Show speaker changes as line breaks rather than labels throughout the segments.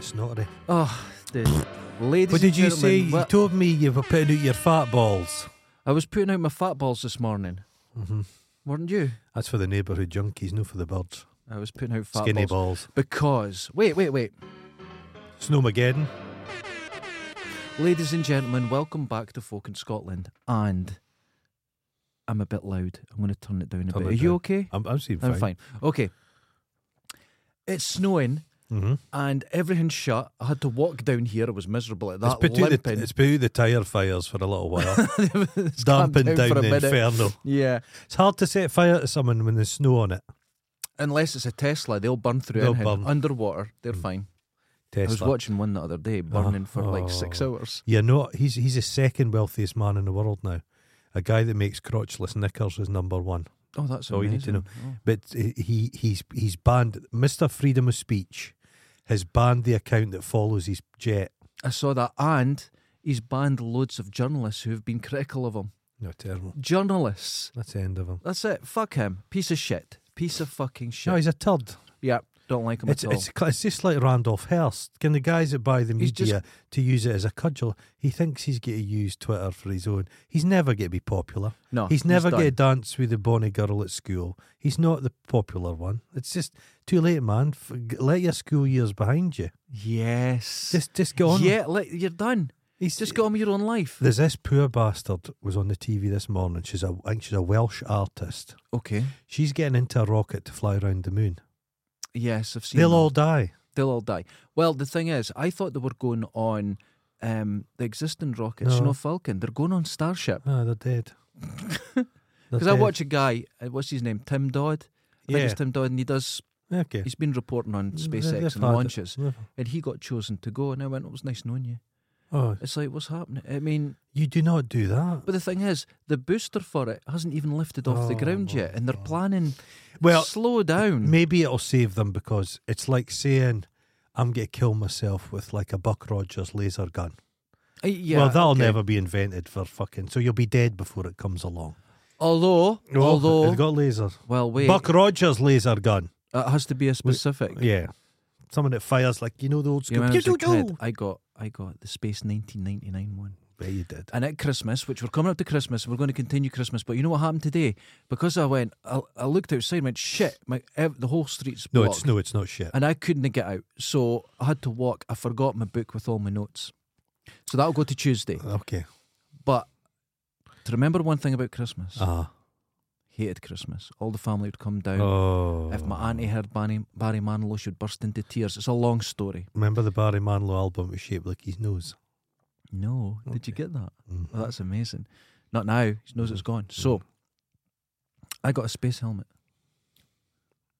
Snottery.
Oh, the ladies.
What
and
did you say?
gentlemen,
You
what-
told me you were putting out your fat balls.
I was putting out my fat balls this morning. Mm-hmm. Weren't you?
That's for the neighbourhood junkies, no for the birds.
I was putting out fat
Skinny
balls
balls.
because wait, wait, wait,
Snowmageddon.
ladies and gentlemen, welcome back to Folk in Scotland. And I'm a bit loud. I'm going to turn it down a
Turn
bit.
it
Are you
down.
okay?
I'm, I'm seeing
I'm fine. Okay. It's snowing
Mm-hmm.
and everything's shut. I had to walk down here. I was miserable at
It's
that.
put, out the,
limping.
it's put out the tyre fires for a little while.
It's calmed
Damping down,
for a
the
minute.
inferno.
Yeah,
It's hard to set fire to someone when there's snow on it.
unless it's a Tesla, they'll burn through
They'll
anything.
burn. Mm.
Underwater, they're fine. I was
Tesla.
watching one the other day burning for like six
Oh.
hours.
Yeah, no, he's he's the second wealthiest man in the world now. A guy that makes crotchless knickers is number one.
Oh, that's
all you need to
amazing. Oh.
But he he's he's banned Mr. Freedom of Speech has banned the account that follows his jet.
I saw that, and he's banned loads of journalists who have been critical of him.
No, terrible.
Journalists.
That's the end of him.
That's it. Fuck him. Piece of shit. Piece of fucking shit.
No, he's a turd.
yeah, don't like him
It's,
at all.
it's it's just like Randolph Hearst. Can the guys that buy the media
He's just-
to use it as a cudgel? He thinks he's going to use Twitter for his own. He's never going to be popular.
no,
he's never
done.
going to dance with the bonny girl at school. He's not the popular one. It's just too late, man. F- g- Let your school years behind you.
Yes.
Just just go on.
Yeah, like, you're done.
he's
Just go on with your own life.
There's this poor bastard was on the TV this morning. She's a I think she's a Welsh artist.
okay.
She's getting into a rocket to fly around the moon.
Yes, I've seen.
They'll
that.
all die.
They'll all die. Well, the thing is, I thought they were going on um, the existing rocket,
No.
Snow Falcon. They're going on Starship.
Ah, they're dead.
Because I watch a guy, uh, what's his name? Tim Dodd. I
Yeah.
think
Mm,
it's Tim Dodd, and he does.
Okay.
He's been reporting on
They-
SpaceX
they've
and
had it.
launches,
They've-
and he got chosen to go. And I went, "It was nice knowing you."
Oh,
It's like, what's happening? I mean,
you do not do that.
but the thing is, the booster for it hasn't even lifted off the
Oh,
ground
my
yet, and they're
God.
planning.
Well,
slow down.
maybe it'll save them because it's like saying, "I'm going to kill myself with like a Buck Rogers laser gun."
Uh, yeah,
well, that'll
okay.
never be invented for fucking. So you'll be dead before it comes along.
Although, although,
it got laser.
well, wait,
Oh, Buck Rogers laser gun.
it has to be a specific.
Yeah, someone that fires like you know the old
You know,
school.
when I, was a kid,
Pew-pew-pew.
I got I got the Space 1999 one.
Yeah, you did.
And at Christmas, which we're coming up to Christmas, we're going to continue Christmas. But you know what happened today? Because I went, I, I looked outside and went, shit, my, ev- the whole street's
No,
blocked.
it's no, it's not shit.
And I couldn't get out. So I had to walk. I forgot my book with all my notes. So that'll go to Tuesday.
Okay.
But to remember one thing about Christmas,
Ah.
hated Christmas. All the family would come down.
Oh.
If my auntie heard Barry, Barry Manilow, she'd burst into tears. It's a long story.
Remember the Barry Manilow album was shaped like his nose.
No, did you get that?
Mhm.
Well, Oh, that's amazing. Not now. He knows it's gone. So, I got a space helmet,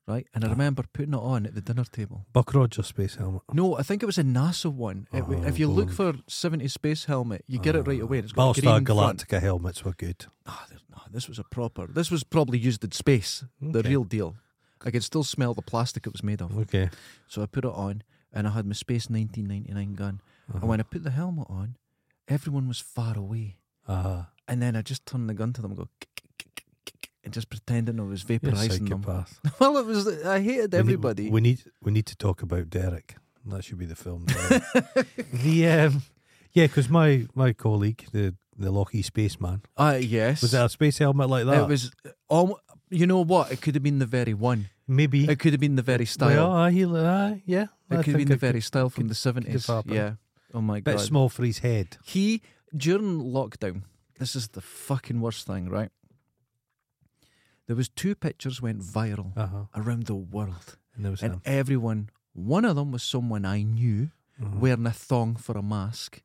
right? And I remember putting it on at the dinner table.
Buck Rogers space helmet.
No, I think it was a NASA one. It w-
Oh,
if you look for
brilliant.
70 space helmet, you get it right away. and It's got a
Battlestar
green front.
Galactica helmets were good.
Ah, there's- ah, this was a proper. This was probably used in space. The
Okay.
real deal. I could still smell the plastic it was made of.
Okay.
So I put it on, and I had my space 1999 gun. And when I put the helmet on, everyone was far away.
Ah.
And then I just turned the gun to them and go, and just pretending I was
You're a
vaporizing them.
psychopath.
Well, it was, I hated
We need-
everybody.
We need, we need to talk about Derek. That should be the film. Derek. the um, yeah, because my my colleague, the the Lockheed spaceman,
Ah, yes.
was it a space helmet like that?
It was, almo- you know what? It could have been the very one.
Maybe.
It could have been the very
Well,
style.
aye, he, aye, yeah. I
it could have
think
been the
it
very style from
could-
the 70s.
happened.
yeah. Oh my
Bit
God.
small for his head.
He, during lockdown, this is the fucking worst thing, right? There was two pictures went viral
Uh huh.
around the world.
And there was
Uh-huh. and
him.
everyone one of them was someone I knew
Mm-hmm.
wearing a thong for a mask,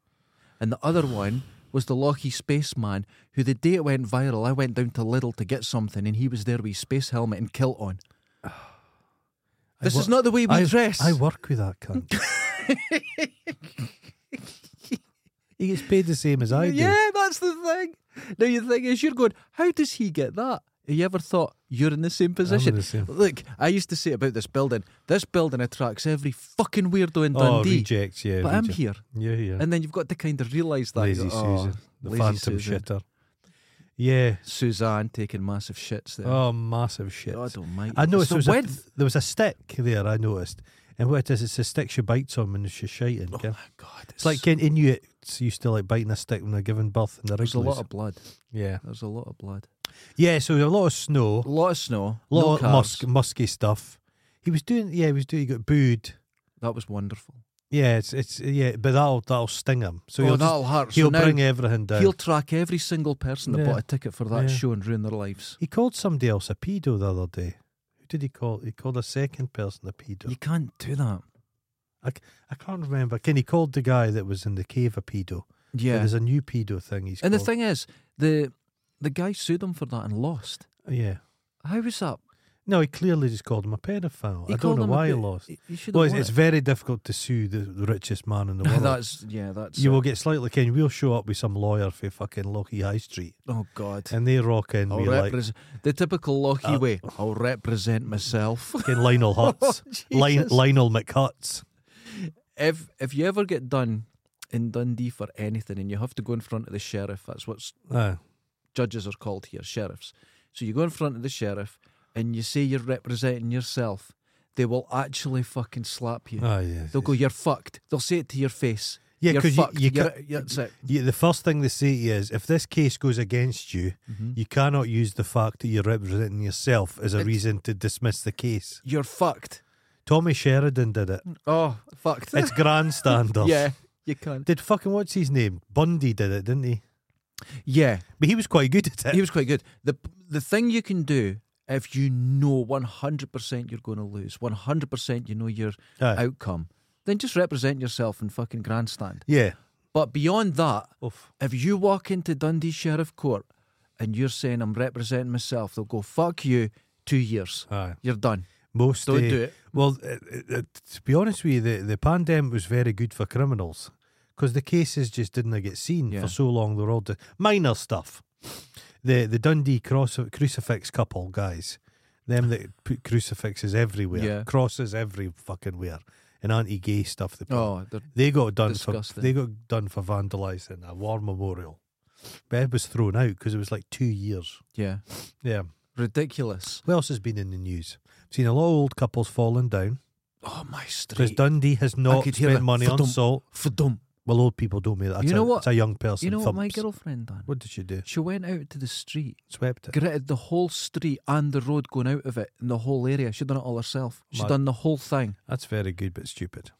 and the other one was the Lockheed spaceman who the day it went viral, I went down to Lidl to get something, and he was there with his space helmet and kilt on.
I
This
wo-
is not the way we
I,
dress.
I work with that cunt. he gets paid the same as I do.
yeah, that's the thing. Now the thing is, you're going, how does he get that? Have you ever thought you're in the same position?
the same.
Look, I used to say about this building, this building attracts every fucking weirdo in
Oh,
Dundee.
rejects, yeah.
but I'm
reject.
here.
Yeah, yeah.
And then you've got to kind of realise that.
Lazy
You go, "Oh,
Susan, the
lazy
phantom
Susan."
shitter. Yeah.
Suzanne taking massive shits there.
Oh, massive shit.
God almighty.
I
It's
noticed
the
there was, a,
width.
there was a stick there. I noticed And what it is, it's the stick she bites on when she's shiting.
Oh
ken.
my god,
It's like in Inuits used to like biting a stick when they're giving birth and they're
there's a lot
igloos.
of blood.
Yeah.
There's a lot of blood.
Yeah, so a lot of snow,
A lot of snow.
a lot
no
of
cars.
musk, musky stuff. He was doing, yeah, he was doing, he got booed.
That was wonderful.
Yeah, it's, it's yeah, but that'll, that'll sting him. So
oh,
he'll, just,
that'll hurt.
he'll
so now
bring everything down.
he'll track every single person that
Yeah.
bought a ticket for that
Yeah.
show and ruin their lives.
He called somebody else a pedo the other day. Who did he call? He called a second person a pedo.
You can't do that.
I can't remember. Can he called the guy that was in the cave a pedo? But
Yeah.
There's a new pedo thing he's
And the
called.
thing is, the the guy sued him for that and lost.
Yeah.
How was that?
No, he clearly just called him a pedophile.
He
I don't
called
know
him a
why he
pe-
lost.
You should
Well,
have
it's,
won
it's
it.
very difficult to sue the, the richest man in the world.
that's yeah, that's
you
it.
will get slightly ken. We'll show up with some lawyer for fucking Lockheed High Street,
Oh God.
and they rock in
I'll
with like
represent the typical Lockie
Uh, Oh,
way. I'll represent myself.
fucking Lionel Hutz, Lion,
Oh, Jesus.
Lionel McHutz.
if if you ever get done in Dundee for anything and you have to go in front of the sheriff, that's what s-
Uh,
judges are called here, sheriffs. So you go in front of the sheriff and you say you're representing yourself. They will actually fucking slap you.
oh yeah,
They'll go, "You're fucked." They'll say it to your face.
yeah,
you're
'cause
fucked.
you, you,
You're-
ca-
you're- that's it.
you- the first thing they say to you is, if this case goes against you,
Mm-hmm.
you cannot use the fact that you're representing yourself as a reason to dismiss the case.
You're fucked.
Tommy Sheridan did it.
Oh, fucked.
It's grandstanders.
yeah, you can't.
Did fucking what's his name? Bundy did it, didn't he?
Yeah,
But he was quite good at it.
he was quite good. The the thing you can do if you know 100% you're going to lose, 100% you know your
Aye.
outcome, then just represent yourself in fucking grandstand.
yeah.
But beyond that,
Oof.
if you walk into Dundee Sheriff Court and you're saying I'm representing myself, they'll go fuck you. Two years,
Aye.
you're done.
Most
Don't
eh,
do it.
Well, uh, uh, to be honest with you, the, the pandemic was very good for criminals because the cases just didn't get seen
Yeah.
for so long. They're all di- minor stuff. The the Dundee cross crucifix couple guys, them that put crucifixes everywhere,
Yeah.
crosses every fucking where, and anti-gay stuff. They, put.
Oh, they're
they got done for
disgusting.
they got done for vandalising a war memorial. But it was thrown out because it was like two years.
yeah,
Yeah.
ridiculous.
What else has been in the news? Seen a lot of old couples falling down.
Oh my
Because
street.
Dundee has not
could hear
spent
that
money on
thudum.
salt.
For dumb.
Well, old people don't make that. That's
You know
a,
what-
It's a young person.
You know what my
thumps.
girlfriend done?
What did she do?
She went out to the street
Swept it.
gritted the whole street and the road going out of it and the whole area. She'd done it all herself. She'd
Mad.
done the whole thing.
That's very good, but stupid.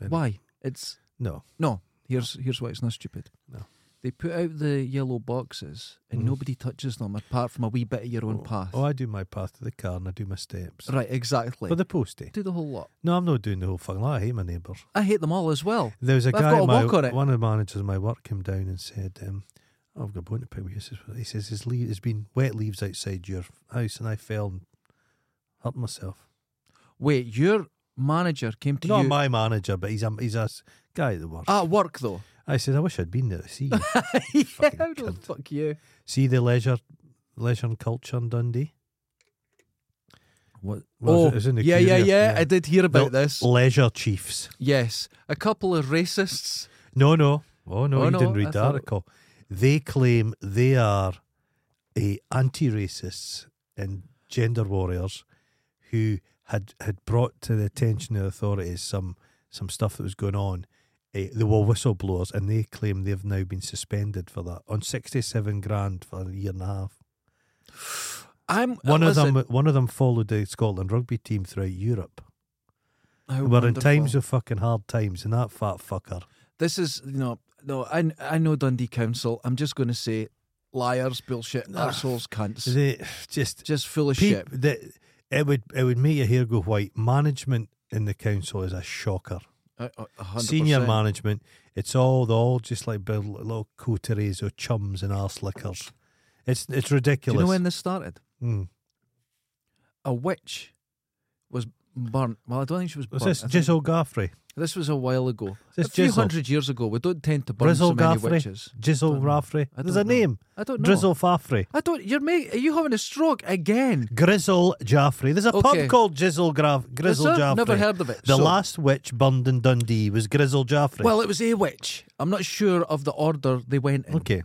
Yeah.
Why? It's
No.
no. Here's here's why it's not stupid.
No.
They put out the yellow boxes and
Mhm.
nobody touches them apart from a wee bit of your own path.
Oh, I do my path to the car and I do my steps.
right, exactly.
For the postie.
Do the whole lot.
No, I'm not doing the whole thing. I hate my neighbour.
I hate them all as well.
There was a
I've
guy.
got
at
a
my,
walk on it.
One of the managers of my work came down and said, um, "I've got a bone to pick with you." He says- He says, "There's le- there's been wet leaves outside your house, and I fell and hurt myself."
Wait, your manager came to
Not
you Oh.
my manager, but he's a he's a s- guy at the work.
at work though.
I said, "I wish I'd been there to see you."
yeah,
Fucking
how the
cunt.
fuck you?
See the leisure, leisure and culture in Dundee.
What?
Well,
oh,
it's in the
yeah, yeah,
Courier,
yeah,
yeah. Oh.
I did hear about
No.
this.
Leisure chiefs.
Yes, a couple of racists.
No, no, oh no,
Oh,
you
no,
didn't read
I
the
thought-
article. They claim they are a anti-racists and gender warriors who had had brought to the attention of the authorities some some stuff that was going on. Eh, they were whistleblowers, and they claim they've now been suspended for that on sixty-seven grand for a year and a half.
I'm
One
listen,
of them, one of them followed the Scotland rugby team throughout Europe.
How Oh,
We're in times of fucking hard times, and that fat fucker.
this is you know no I I know Dundee Council. I'm just going to say liars, bullshit,
Nah.
assholes, cunts,
They just
just full of
peop-
shit.
the, it would it would make your hair go white. Management in the council is a shocker.
A- a- a hundred
Senior
percent.
management, it's all they're all just like big little coteries of chums and arse lickers. It's it's
Do
ridiculous.
you know when this started?
Mm.
A witch was burnt. Well, I don't think she was
Was
burnt.
this
I think-
Jizzle Gaffrey?
this was a while ago.
Is
A
this
few
Jizzle?
hundred years ago. We don't tend to burn so
Brizzle
many
Gaffrey?
witches.
Jizzle
Don't know.
Raffrey?
I
There's a
don't know.
name.
I don't know.
Drizzle Faffrey.
I don't. You're make. Are you having a stroke again?
Grizzle Jaffrey. There's a
Okay.
pub called Jizzle Graf-
Is
Grizzle
there?
Jaffrey.
Never heard of it.
The
So-
last witch burned in Dundee was Grizzle Jaffrey.
Well, it was a witch. I'm not sure of the order they went in.
okay.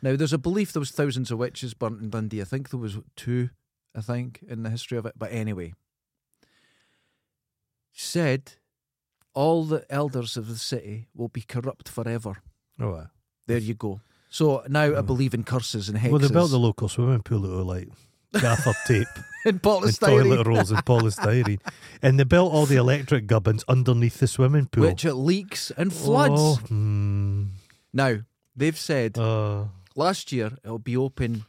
Now, there's a belief there was thousands of witches burnt in Dundee. I think there was two, I think, in the history of it. But anyway, said all the elders of the city will be corrupt forever.
Oh, aye.
There you go. So now I believe in curses and hexes.
Hmm. Well, they built the local swimming pool out of like gaffer tape
in
and
polystyrene,
toilet rolls and polystyrene. And they built all the electric gubbins underneath the swimming pool.
which it leaks and floods.
Oh, hmm.
Now they've said
Uh,
last year it'll be open.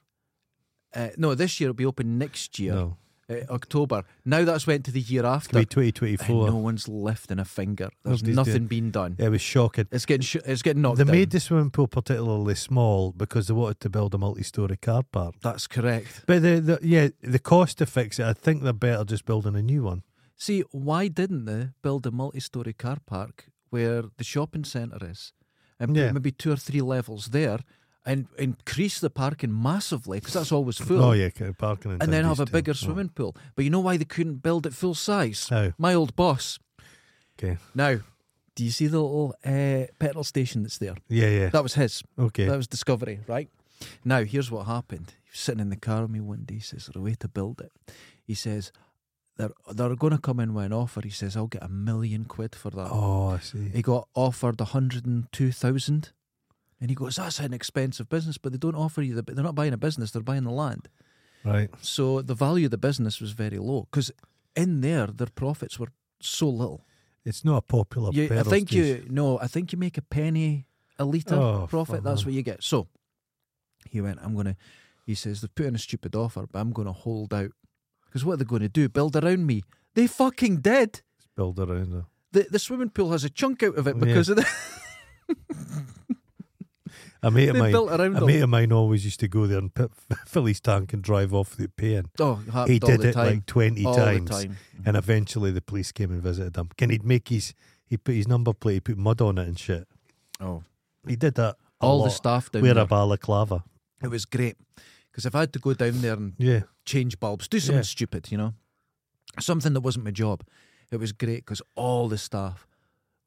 Uh, no, this year it'll be open next year,
No.
uh, October. Now that's went to the year after.
Could be
and
2024.
no one's lifting a finger. There's
Nobody's
nothing
doing-
being done.
It was shocking.
It's getting sh- it's getting knocked
They
down.
made the swimming pool particularly small because they wanted to build a multi-story car park.
That's correct.
But the, the yeah, the cost to fix it, I think they're better just building a new one.
See, why didn't they build a multi-story car park where the shopping centre is, and put
Yeah.
maybe two or three levels there, and increase the parking massively because that's always full.
Oh yeah, kind of parking Uh. and
And then have a
things, too.
bigger swimming pool. But you know why they couldn't build it full size?
How?
My old boss.
Okay.
Now, do you see the little uh, petrol station that's there?
Yeah, yeah.
That was his.
Okay.
That was Discovery, right? Now, here's what happened. He was sitting in the car with me one day. He says, "There's a way to build it." He says, "They're they're going to come in with an offer." He says, "I'll get a million quid for that."
oh, I see.
He got offered a hundred and two thousand, and he goes, "That's an expensive business, but they don't offer you the. They're not buying a business; they're buying the land.
Right.
So the value of the business was very low because in there their profits were so little.
It's not a popular.
You, I
petrol
think
station.
you no, I think you make a penny a litre
Oh,
profit.
fuck
That's
man.
what you get. So he went, I'm gonna he says, They're putting a stupid offer, but I'm gonna hold out. Because what are they gonna do? Build around me. They fucking did.
build around there.
The the swimming pool has a chunk out of it
Oh, Yeah.
because of the,
A mate of
they
mine,
built around
a
them.
mate of mine always used to go there and put, fill his tank and drive off without paying.
oh, it happened
He
all
did
the
it
time.
like twenty
all
times,
the time.
and eventually the police came and visited him. Can he'd make his he put his number plate, he put mud on it and shit.
Oh.
He did that. a
All
lot.
the staff down
Wear
there.
a balaclava.
It was great. Because if I had to go down there and
Yeah.
change bulbs, do something
Yeah.
stupid, you know, something that wasn't my job. It was great because all the staff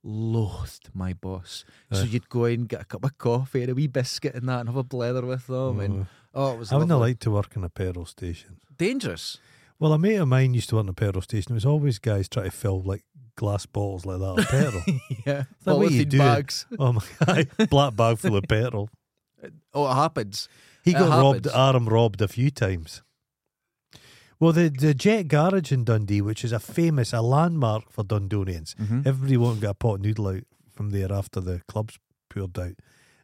loathed my boss. So
Aye.
you'd go in, get a cup of coffee and a wee biscuit and that, and have a blether with them. And
Mm.
oh, it was
I wouldn't have
lovely.
liked to work in a petrol station.
dangerous.
Well, a mate of mine used to work in a petrol station. It was always guys trying to fill like glass bottles like that of petrol.
Yeah,
that what you
polythene
do?
bags.
oh my god, black bag full of petrol.
Oh, it happens.
He
It
got robbed,
happens.
Aram robbed a few times. Well, the, the Jet Garage in Dundee, which is a famous, a landmark for Dundonians,
Mm-hmm.
everyone got a pot of noodle out from there after the club's poured out.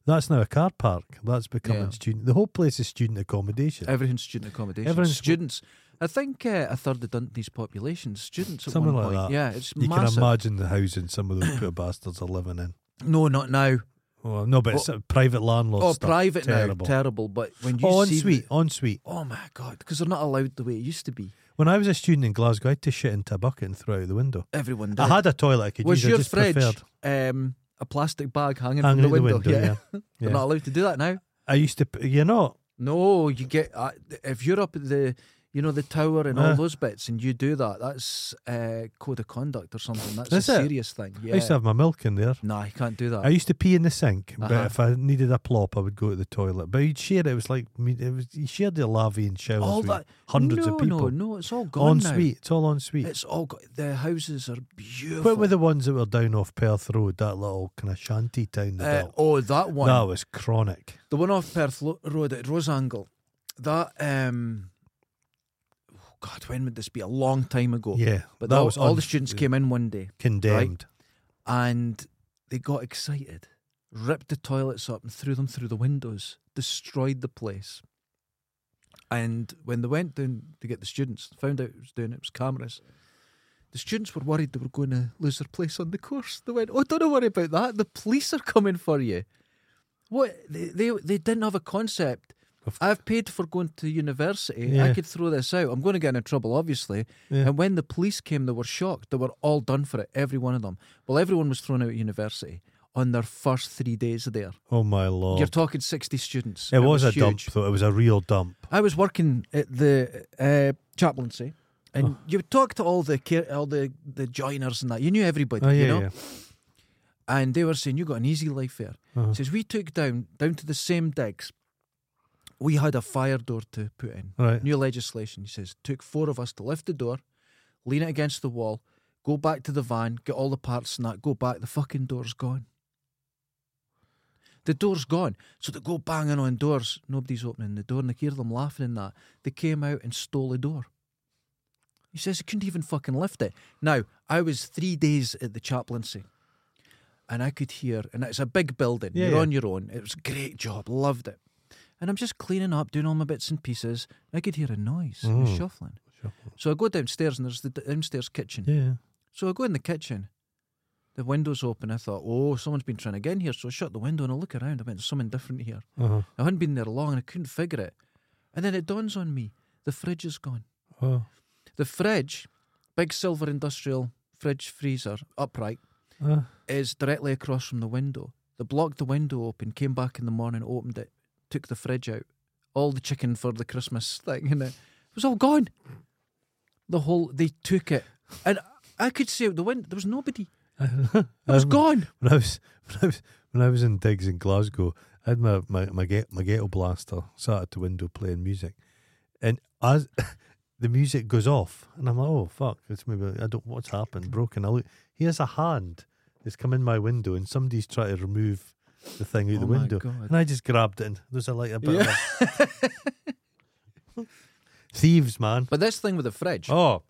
That's now a car park. That's becoming
Yeah.
student. The whole place is student accommodation.
Everything's student accommodation.
Everything's-
students. I think uh, a third of Dundee's population is students at
Something
one
like
point.
that.
Yeah, it's
you
massive.
can imagine the housing some of those poor bastards are living in.
no, not now.
Oh, no, but it's uh, private landlords.
Oh,
stuff.
private
terrible.
now, terrible. But when you
Oh,
see the-
ensuite, ensuite.
Oh my god, because they're not allowed the way it used to be.
When I was a student in Glasgow, I had to shit into a bucket and throw it out the window.
Everyone did.
I had a toilet I could
Was
use. I
your
just
fridge
preferred
um, a plastic bag hanging
hanging
from
out
the window?
window.
yeah.
Yeah.
they're
yeah.
not allowed to do that now.
I used to. p- You're not.
No, you get uh, if you're up at the you know the tower and all
Uh.
those bits, and you do that. That's uh, code of conduct or something. That's
Is
a
it?
serious thing.
I used to
Yeah.
have my milk in there.
Nah, you can't do that.
I used to pee in the sink,
Uh-huh.
but if I needed a plop, I would go to the toilet. But you'd share it. It was like me- it was. You shared the lavvy and showers
all
with
that
hundreds
no,
of people.
No, no, it's all gone
en
now.
suite. It's all en suite.
It's all got, the houses are beautiful.
What were the ones that were down off Perth Road? That little kind of shanty town. They
uh,
built.
oh, that one.
That was chronic.
The one off Perth Lo- Road at Rosangle, that um, oh God, when would this be? A long time ago.
Yeah,
but
that
all,
was
all
un-
the students came in one day
condemned.
and they got excited, ripped the toilets up and threw them through the windows, destroyed the place. And when they went down to get the students, found out it was doing it was cameras. The students were worried they were going to lose their place on the course. They went, "Oh, don't worry about that. The police are coming for you." What they they, they didn't have a concept.
Of-
I've paid for going to university. I
Yeah.
could throw this out. I'm going to get into trouble, obviously.
Yeah.
And when the police came, they were shocked. They were all done for it, every one of them. Well, everyone was thrown out of university on their first three days there.
Oh my lord!
You're talking 60 students.
it, was, a dump,
huge.
though. It was a real dump.
I was working at the uh, chaplaincy, and
Oh.
you would talk to all the care, all the, the joiners and that. You knew everybody,
Oh yeah,
you know?
yeah.
And they were saying, You got an easy life here.
Uh-huh.
Says, We took down, down to the same digs. We had a fire door to put in.
Right.
New legislation, he says, took four of us to lift the door, lean it against the wall, Go back to the van, get all the parts and that, go back. The fucking door's gone. The door's gone. So they go banging on doors. Nobody's opening the door and they hear them laughing and that. They came out and stole the door. He says he couldn't even fucking lift it. Now, I was three days at the chaplaincy and I could hear, and it's a big building.
Yeah,
You're
yeah.
on your own. It was a great job. Loved it. And I'm just cleaning up, doing all my bits and pieces. And I could hear a noise, a
Mm.
shuffling.
Sure.
So I go downstairs and there's the downstairs kitchen.
Yeah.
So I go in the kitchen. The window's open. I thought, oh, someone's been trying to get in here. So I shut the window and I look around. I went, there's something different here.
Uh-huh.
I hadn't been there long and I couldn't figure it. And then it dawns on me the fridge is gone.
Oh.
The fridge, big silver industrial fridge freezer, upright,
Uh,
is directly across from the window. They blocked the window open, came back in the morning, opened it, took the fridge out. All the chicken for the Christmas thing in it. It was all gone. The whole, they took it. And I could see out the window, there was nobody. It was gone.
um, When I was when I was when I was in digs in Glasgow, I had my my my, get, my ghetto blaster sat at the window playing music, and as the music goes off, and I'm like, oh fuck, it's maybe I don't what's happened, broken. I look, here's a hand that's come in my window, and somebody's trying to remove the thing out
Oh
the
my
window,
God.
and I just grabbed it, and there's a like a bit of a- thieves, man.
But this thing with the fridge,
Oh,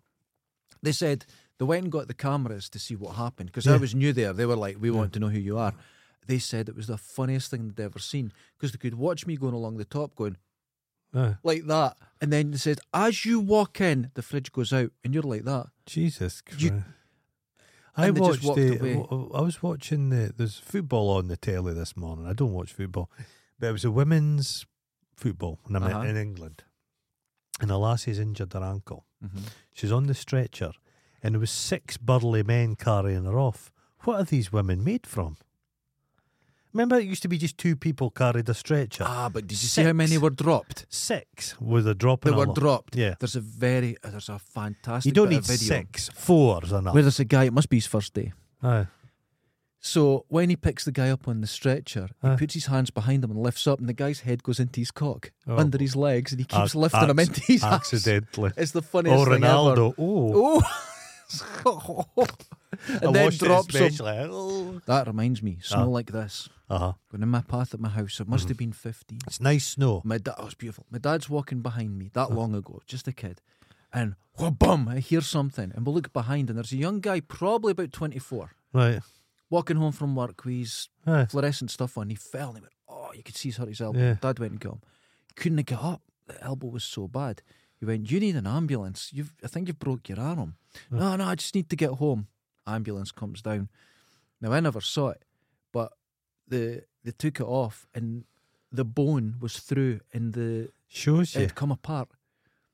they said they went and got the cameras to see what happened because I
Yeah.
was new there. They were like, "We want to know who you are." They said it was the funniest thing they'd ever seen because they could watch me going along the top, going
uh,
like that, and then they said, "As you walk in, the fridge goes out, and you're like that."
Jesus Christ.
You-
I
and they just
watched
walked
the,
away.
w- I was watching the there's football on the telly this morning. I don't watch football, but it was a women's football, and I'm in-
Uh-huh.
in England. And a lassie's injured her ankle. She's on the stretcher, and there was six burly men carrying her off. What are these women made from? Remember, it used to be just two people carried a stretcher.
Ah, but did you see how many
Six.
were dropped?
Six were the dropping.
They were
along.
dropped.
Yeah.
There's a very, uh, there's a fantastic.
You don't
bit
need
of video
six. Four's enough.
Where there's a guy. It must be his first day.
Aye.
So when he picks the guy up on the stretcher, he
Aye.
puts his hands behind him and lifts up, and the guy's head goes into his cock,
Oh,
under
boy.
his legs, and he keeps
Ac-
lifting him
ac-
into his ass.
accidentally.
It's the funniest
Oh,
thing ever.
Ronaldo. Oh,
Oh, and then drops him. That reminds me, snow
Ah.
like this.
Oh. Uh-huh.
Going in my path at my house, it must have been 15.
It's nice snow.
My dad, oh, it's beautiful. My dad's walking behind me that long ago, just a kid, and wha-bum, I hear something, and we look behind, and there's a young guy, probably about 24,
Right.
walking home from work with his
Aye.
fluorescent stuff on. He fell and he went, Oh, you could see he's hurt his elbow.
Yeah.
Dad went and got him. Couldn't get up. The elbow was so bad. He went, You need an ambulance. You've I think you've broke your arm. No, no, I just need to get home. Ambulance comes down. Now I never saw it, but the they took it off and the bone was through and the
Shows
it
you.
had come apart.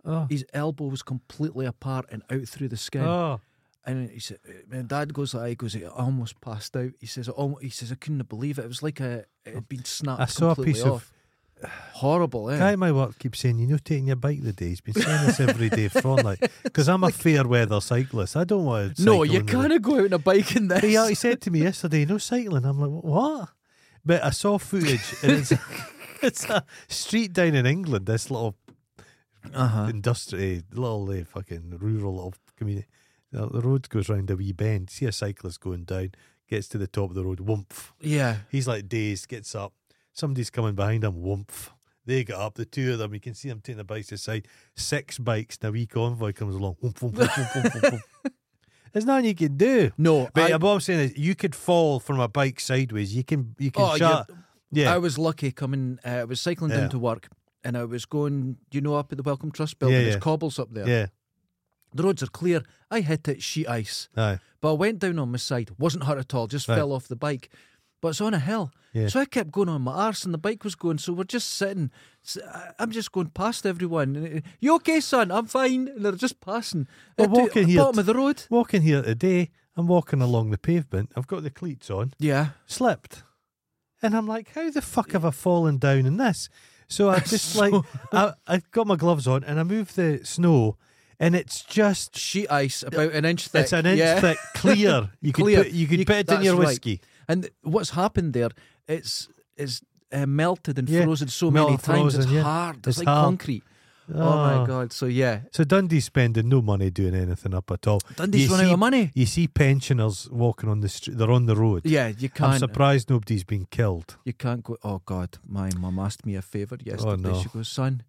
Oh.
His elbow was completely apart and out through the skin.
Oh.
And he said, "My dad goes like, he goes, I almost passed out." He says, I almost, "He says I couldn't believe it. It was like a it had been snapped
I saw a
completely
piece
off.
of.
Horrible, eh?
Guy at my work keeps saying, you know, taking your bike the day. He's been saying this every day for like, because I'm a fair weather cyclist. I don't want to.
no, you kind of go out on a bike in this.
He, he said to me yesterday, no cycling. I'm like, what? But I saw footage, and it's a, it's a street down in England, this little
uh-huh.
industry, little uh, fucking rural little community. Uh, The road goes round a wee bend. See a cyclist going down, gets to the top of the road, whoomph.
Yeah,
He's like dazed, gets up. Somebody's coming behind him, whoomph. They get up, the two of them. You can see them taking the bikes aside. Six bikes, and a wee convoy comes along. Whoomp, whoomp, whoomp, whoomp, whoomp, whoomp, whoomp. There's nothing you can do.
no,
But
I,
what I'm saying is, you could fall from a bike sideways. You can, you can
oh,
shut.
you're- I
Yeah,
was lucky coming. Uh, I was cycling
Yeah.
down to work, and I was going, you know, up at the Welcome Trust building.
Yeah,
There's
yeah.
cobbles up there.
yeah,
The roads are clear. I hit it sheet ice.
aye,
But I went down on my side, wasn't hurt at all, just
Right.
fell off the bike. But it's on a hill.
Yeah.
So I kept going on my arse and the bike was going. So we're just sitting. S- I- I'm just going past everyone. And, uh, You okay, son? I'm fine. And they're just passing.
Well,
At the-
walking here
Bottom
t-
of the road.
Walking here today, I'm walking along the pavement. I've got the cleats on.
Yeah.
slipped. And I'm like, how the fuck have I fallen down in this? So I just
So-
like, I, I got my gloves on and I move the snow and it's just,
Sheet ice, about an inch thick.
it's an inch
yeah.
thick, clear. You could,
Clear.
Put, you could
You-
put it in
that's
your
right.
whiskey.
And th- what's happened there, it's, it's uh, melted and
Yeah.
frozen so
Melt
many
and
times.
frozen,
it's
yeah.
hard. It's,
It's
like
hard.
concrete. Oh my
Ah.
god! So yeah,
So Dundee's spending no money doing anything up at all.
Dundee's
You
run out
see-
of money.
You see pensioners walking on the street; they're on the road.
Yeah, you
I'm
can't.
surprised nobody's been killed.
You can't go. Oh God, my mum asked me a favour yesterday.
Oh, no.
She goes, "Son,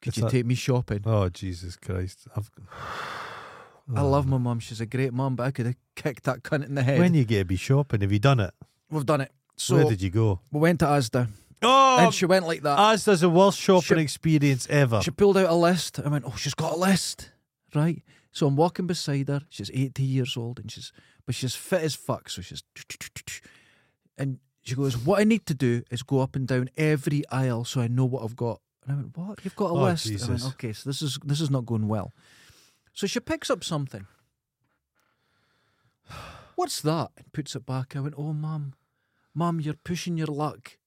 could
It's
you
that-
take me shopping?"
Oh Jesus Christ! I've, Oh,
I love my mum. She's a great mum, but I could have kicked that cunt in the head.
When you get to be shopping, have you done it?
We've done it.
Where
So
did you go?
we went to Asda,
Oh,
and she went like that.
as there's the worst shopping
she-
experience ever.
She pulled out a list. I went, "Oh, she's got a list, right?" So I'm walking beside her. She's 80 years old, and she's but she's fit as fuck. So she's and she goes, "What I need to do is go up and down every aisle so I know what I've got." And I went, "What? You've got a
Oh,
list?" I went,
Jesus.
"Okay, so this is this is not going well." So she picks up something. What's that? And puts it back. I went, "Oh, mum, mum, you're pushing your luck.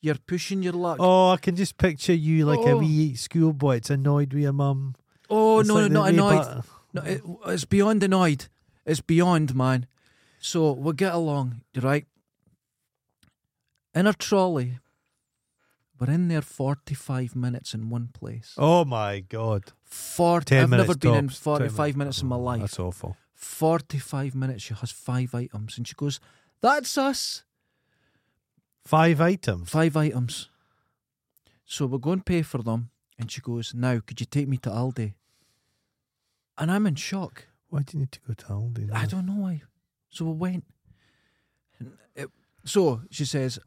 You're pushing your luck."
oh, I can just picture you like a
Oh.
wee schoolboy. It's annoyed with your mum.
Oh
It's
no,
like
no,
the
not
wee
annoyed.
bat-
No, it, it's beyond annoyed. It's beyond, man. So we'll get along, right? In a trolley. We're in there 45 minutes in one place.
Oh my God!
40,
10
I've
minutes
never been in
tops. 10
45 minutes in my
Oh,
life.
That's awful.
45 minutes, she has five items. And she goes, That's us.
Five items.
Five items. So we go and pay for them. And she goes, Now, could you take me to Aldi? And I'm in shock.
Why do you need to go to Aldi?
I
now?
don't know why. So we went. And it- so she says,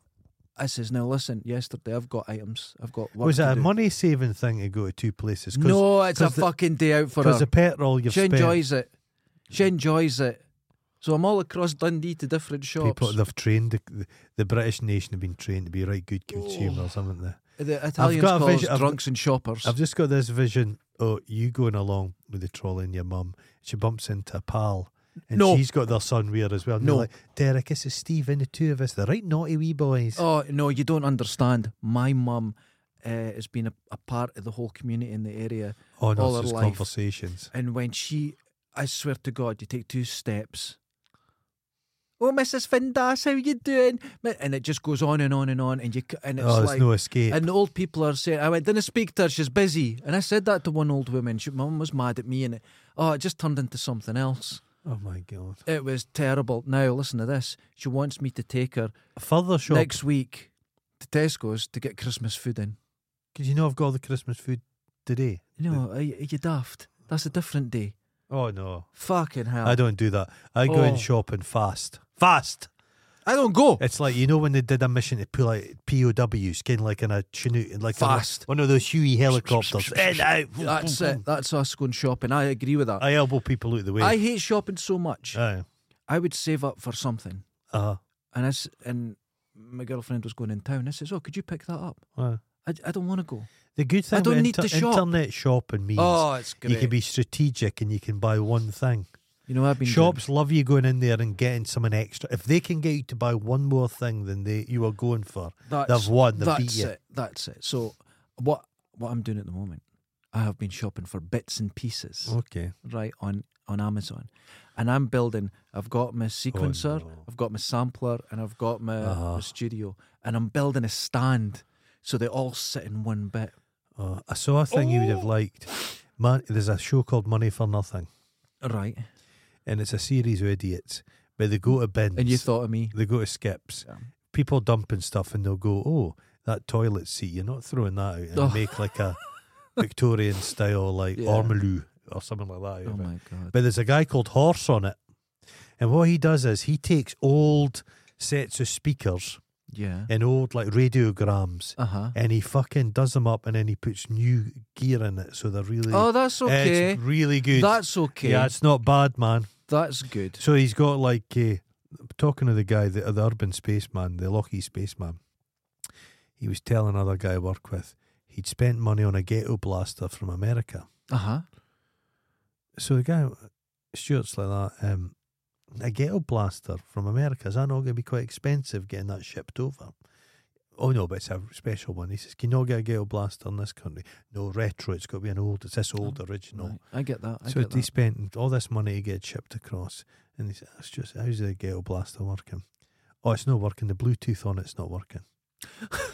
I says, now listen, yesterday I've got items. I've got work
Was
to
it a
do."
money saving thing to go to two places?
No, it's a
'cause the-
fucking day out for
because
her.
the petrol you've
She
spent.
enjoys it. She enjoys it. So I'm all across Dundee to different shops.
People they've trained the, the British nation have been trained to be right good
Oh.
consumers, haven't they?
the Italians
got a
call us
vision- I've-
drunks and shoppers.
I've just got this vision. Oh, you going along with the trolley and your mum. She bumps into a pal, and
No.
she's got their son with her as well. And they're
No.
like Derek, this is Steve and the two of us. They're right naughty wee boys.
Oh no, you don't understand. My mum uh, has been a, a part of the whole community in the area.
oh no,
all
it's
her
just
life.
conversations.
And when she, I swear to God, you take two steps. Oh, Mrs. Findas, how you doing? Mi- And it just goes on and on and on, and you c- and it's
oh, there's
like.
no escape.
and the old people are saying, I went, didn't speak to her, she's busy. And I said that to one old woman. She, my mum was mad at me, and it, oh, it just turned into something else.
oh my god!
It was terrible. Now, listen to this. She wants me to take her
Further shop.
next week to Tesco's to get Christmas food in.
Because you know I've got all the Christmas food today.
No, are you, are you daft? That's a different day.
Oh no,
Fucking hell.
I don't do that. I go
Oh.
in shopping fast, fast.
I don't go.
It's like you know when they did a mission to pull out POWs, kind of like in a Chinook, like in a-
Fast.
one of those Huey helicopters. In, out, boom,
That's
boom,
it.
boom.
That's us going shopping. I agree with that. I,
I Uh, elbow people out of the way.
hate shopping so much.
Aye.
I would save up for something,
Uh-huh.
and I s- and my girlfriend was going in town. I says, "Oh, could you pick that up?
Aye.
I, I don't want to go."
The good thing
I don't
with
need
inter-
to shop.
internet shopping means
Oh, it's great.
you can be strategic and you can buy one thing.
You know, I've been
Shops love you going in there and getting something extra. If they can get you to buy one more thing than they you are going for,
doing- That's,
they've won. They've
that's
beat you.
it. That's it. So, what what I'm doing at the moment, I have been shopping for bits and pieces.
Okay.
right on on Amazon, and I'm building. I've got my sequencer,
Oh, no.
I've got my sampler, and I've got my, my
Uh-huh.
studio, and I'm building a stand so they all sit in one bit.
Uh, I saw a thing you would
Oh!
have liked. Man, there's a show called Money for Nothing,
Right,
and it's a series of idiots, but they go to bins.
and you thought of me.
they go to skips.
Yeah.
People dumping stuff and they'll go, oh, that toilet seat, you're not throwing that out and
Oh.
make like a Victorian style, like
Yeah.
ormolu or something like that. out
Oh
of it.
my god!
But there's a guy called Horse on it. And what he does is he takes old sets of speakers
Yeah.
and old like radiograms
Uh huh.
and he fucking does them up and then he puts new gear in it. So they're really.
Oh, that's okay.
It's really good.
That's okay.
Yeah, it's not bad, man.
that's good.
So he's got like uh, talking to the guy, the, the urban spaceman, the Lockheed spaceman. He was telling another guy I work with he'd spent money on a ghetto blaster from America.
Uh huh.
So the guy, Stuart's like that. Um, a ghetto blaster from America is that not going to be quite expensive getting that shipped over? Oh no, but it's a special one. He says, "Can you not get a ghetto blaster in this country? No retro. It's got to be an old. It's this old original."
I get that. I
So
get
they
that.
spent all this money to get shipped across, and they said, "It's just how's the ghetto blaster working? Oh, it's not working. The Bluetooth on it's not working." But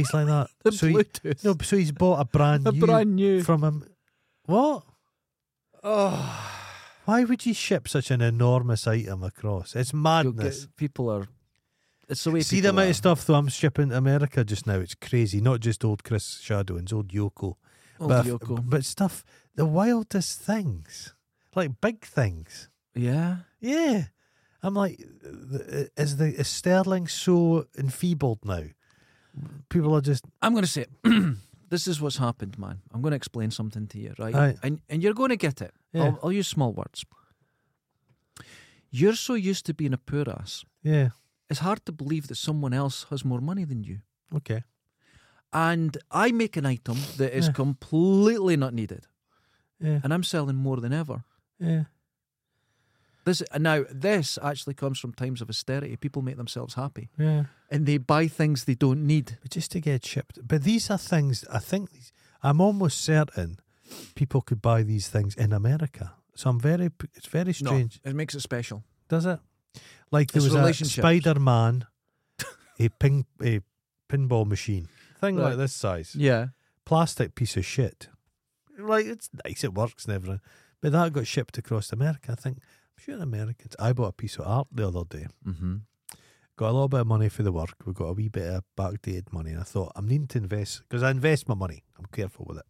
he's like that.
The
so, he,
Bluetooth.
no, so he's bought a brand
a
new
brand new.
from him. What?
oh,
Why would you ship such an enormous item across? It's
you'll
madness.
get, people are. It's the way
See the
people
amount
are.
of stuff though I'm shipping to America just now. It's crazy. Not just old Chris Shadowins, old Yoko,
Old
but
Yoko.
but stuff the wildest things, like big things.
Yeah.
Yeah, I'm like, th- is the is Sterling so enfeebled now? People are just
I'm going to say, this is what's happened, man. I'm going to explain something to you, right?
Aye.
And and you're going to get it.
Yeah.
I'll, I'll use small words. You're so used to being a poor ass.
yeah
It's hard to believe that someone else has more money than you.
okay
And I make an item that is
Yeah.
completely not needed,
yeah
and I'm selling more than ever.
yeah
This now, this actually comes from times of austerity. People make themselves happy,
yeah.
and they buy things they don't need.
But just to get shipped. But these are things I think these, I'm almost certain people could buy these things in America. So I'm very p- it's very strange.
No, it makes it special.
Does it? Like there
It's
was a
relationships.
Spider Man, a ping, a pinball machine thing
Right.
like this size,
Yeah.
plastic piece of shit. Like it's nice, it works and everything, but that got shipped across America. I think I'm sure Americans. I bought a piece of art the other day.
Mm-hmm.
Got a little bit of money for the work. We got a wee bit of backdated money, and I thought I'm needing to invest because I invest my money. I'm careful with it,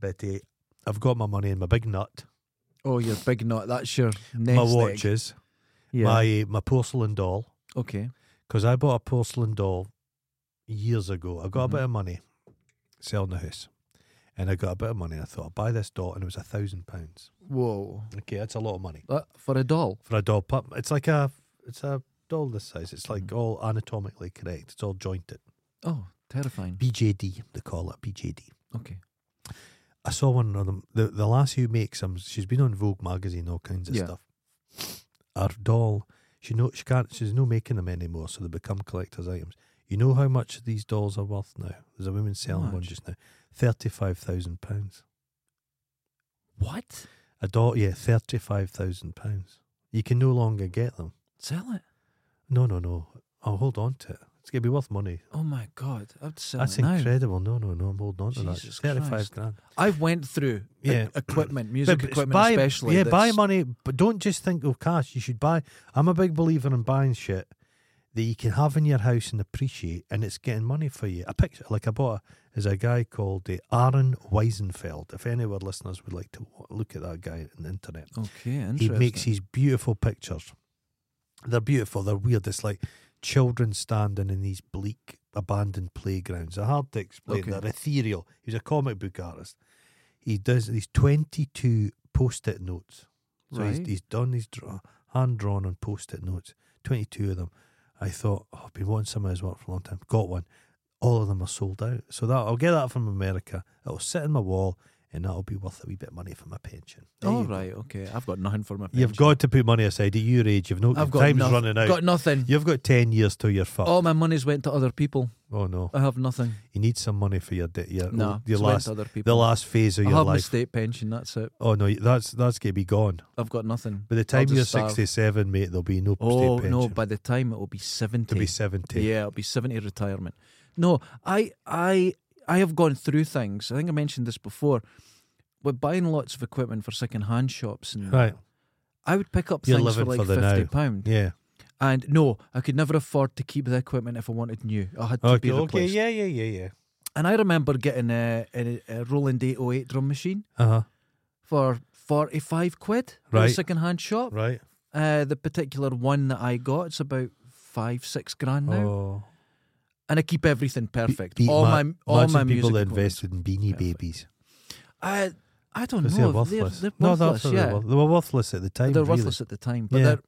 but uh, I've got my money in my big nut,
Oh, your big nut. That's your next
my
egg.
watches,
Yeah.
my eh, my porcelain doll.
Okay.
because I bought a porcelain doll years ago. I got
Mm-hmm.
a bit of money selling the house, and I got a bit of money. And I thought I'd buy this doll, and it was a thousand pounds.
Whoa.
Okay, that's a lot of money
That, for a doll.
Uh, for a doll pup. It's like a it's a doll this size. It's like
Mm.
all anatomically correct. It's all jointed.
Oh, terrifying.
BJD they call it BJD.
Okay.
I saw one of them. The the lassie who makes them, she's been on Vogue magazine, all kinds of
Yeah.
stuff. Our doll, she no, she can't. She's no making them anymore, so they become collectors' items. You know how much these dolls are worth now? There's a woman selling one
much?
just now, thirty-five thousand pounds.
What?
A doll, yeah, thirty-five thousand pounds. You can no longer get them.
Sell it?
No, no, no. I'll hold on to it. It's gonna be worth money.
Oh my God. I'd sell
That's
it now.
incredible. No, no, no. I'm holding on to
Jesus
that. Thirty-five
Christ.
grand.
I've went through e-
Yeah.
equipment, music
But- but
equipment
buy-
especially.
Yeah, buy
that's-
money, but don't just think of cash. You should buy. I'm a big believer in buying shit that you can have in your house and appreciate, and it's getting money for you. I picked like I bought is a guy called the Aaron Weisenfeld. If any of our listeners would like to wa- look at that guy on the internet,
Okay,
he
interesting.
makes these beautiful pictures. They're beautiful. They're weird. It's like children standing in these bleak, abandoned playgrounds. They're hard to explain.
Okay.
They're ethereal. He's a comic book artist. He does these twenty-two post-it notes. So
Right.
he's, he's done these draw, hand-drawn on post-it notes. Twenty-two of them. I thought oh, I've been wanting some of his work for a long time. Got one. All of them are sold out. So that I'll get that from America. It'll sit in my wall, and that'll be worth a wee bit of money for my pension. There
All
you go.
right, okay. I've got nothing for my pension.
You've got to put money aside. At your age, you've no
I've
your
got,
time's
noth-
running out.
got Um, nothing.
You've got ten years till you're fucked.
All my money's went to other people.
oh no,
I have nothing.
you need some money for your de- your,
No,
your
it's went
last
to other
the
people.
last phase of
I
your
have my
life.
state pension. That's it.
Oh no, that's that's gonna be gone.
I've got nothing.
By the
I'll
time
just
you're
starve.
sixty-seven, mate, there'll be no
Oh
state
no!
pension.
By the time it will be seventy.
to be seventy.
Yeah, it'll be seventy retirement. No, I I I have gone through things. I think I mentioned this before. We're buying lots of equipment for second hand shops, and
Right.
I would pick up
You're
things for
living
like
for the
fifty
now.
pound.
Yeah.
And no, I could never afford to keep the equipment if I wanted new. I had to
Okay.
be
Okay.
replaced.
Yeah. Yeah. Yeah. Yeah.
And I remember getting a, a, a Roland 808 drum machine
Uh huh.
for forty five quid at a
Right.
second hand shop.
Right.
Uh, the particular one that I got, it's about five six grand now.
Oh.
and I keep everything perfect.
Be-
all
ma-
my all
imagine
my
people
music
that
equipment.
invested in Beanie
Perfect.
Babies.
I I don't
'Cause
know.
they're worthless.
They're,
no,
worthless.
that's what
yeah,
they were. They were worthless at the time.
they're
really.
worthless at the time. But
Yeah.
there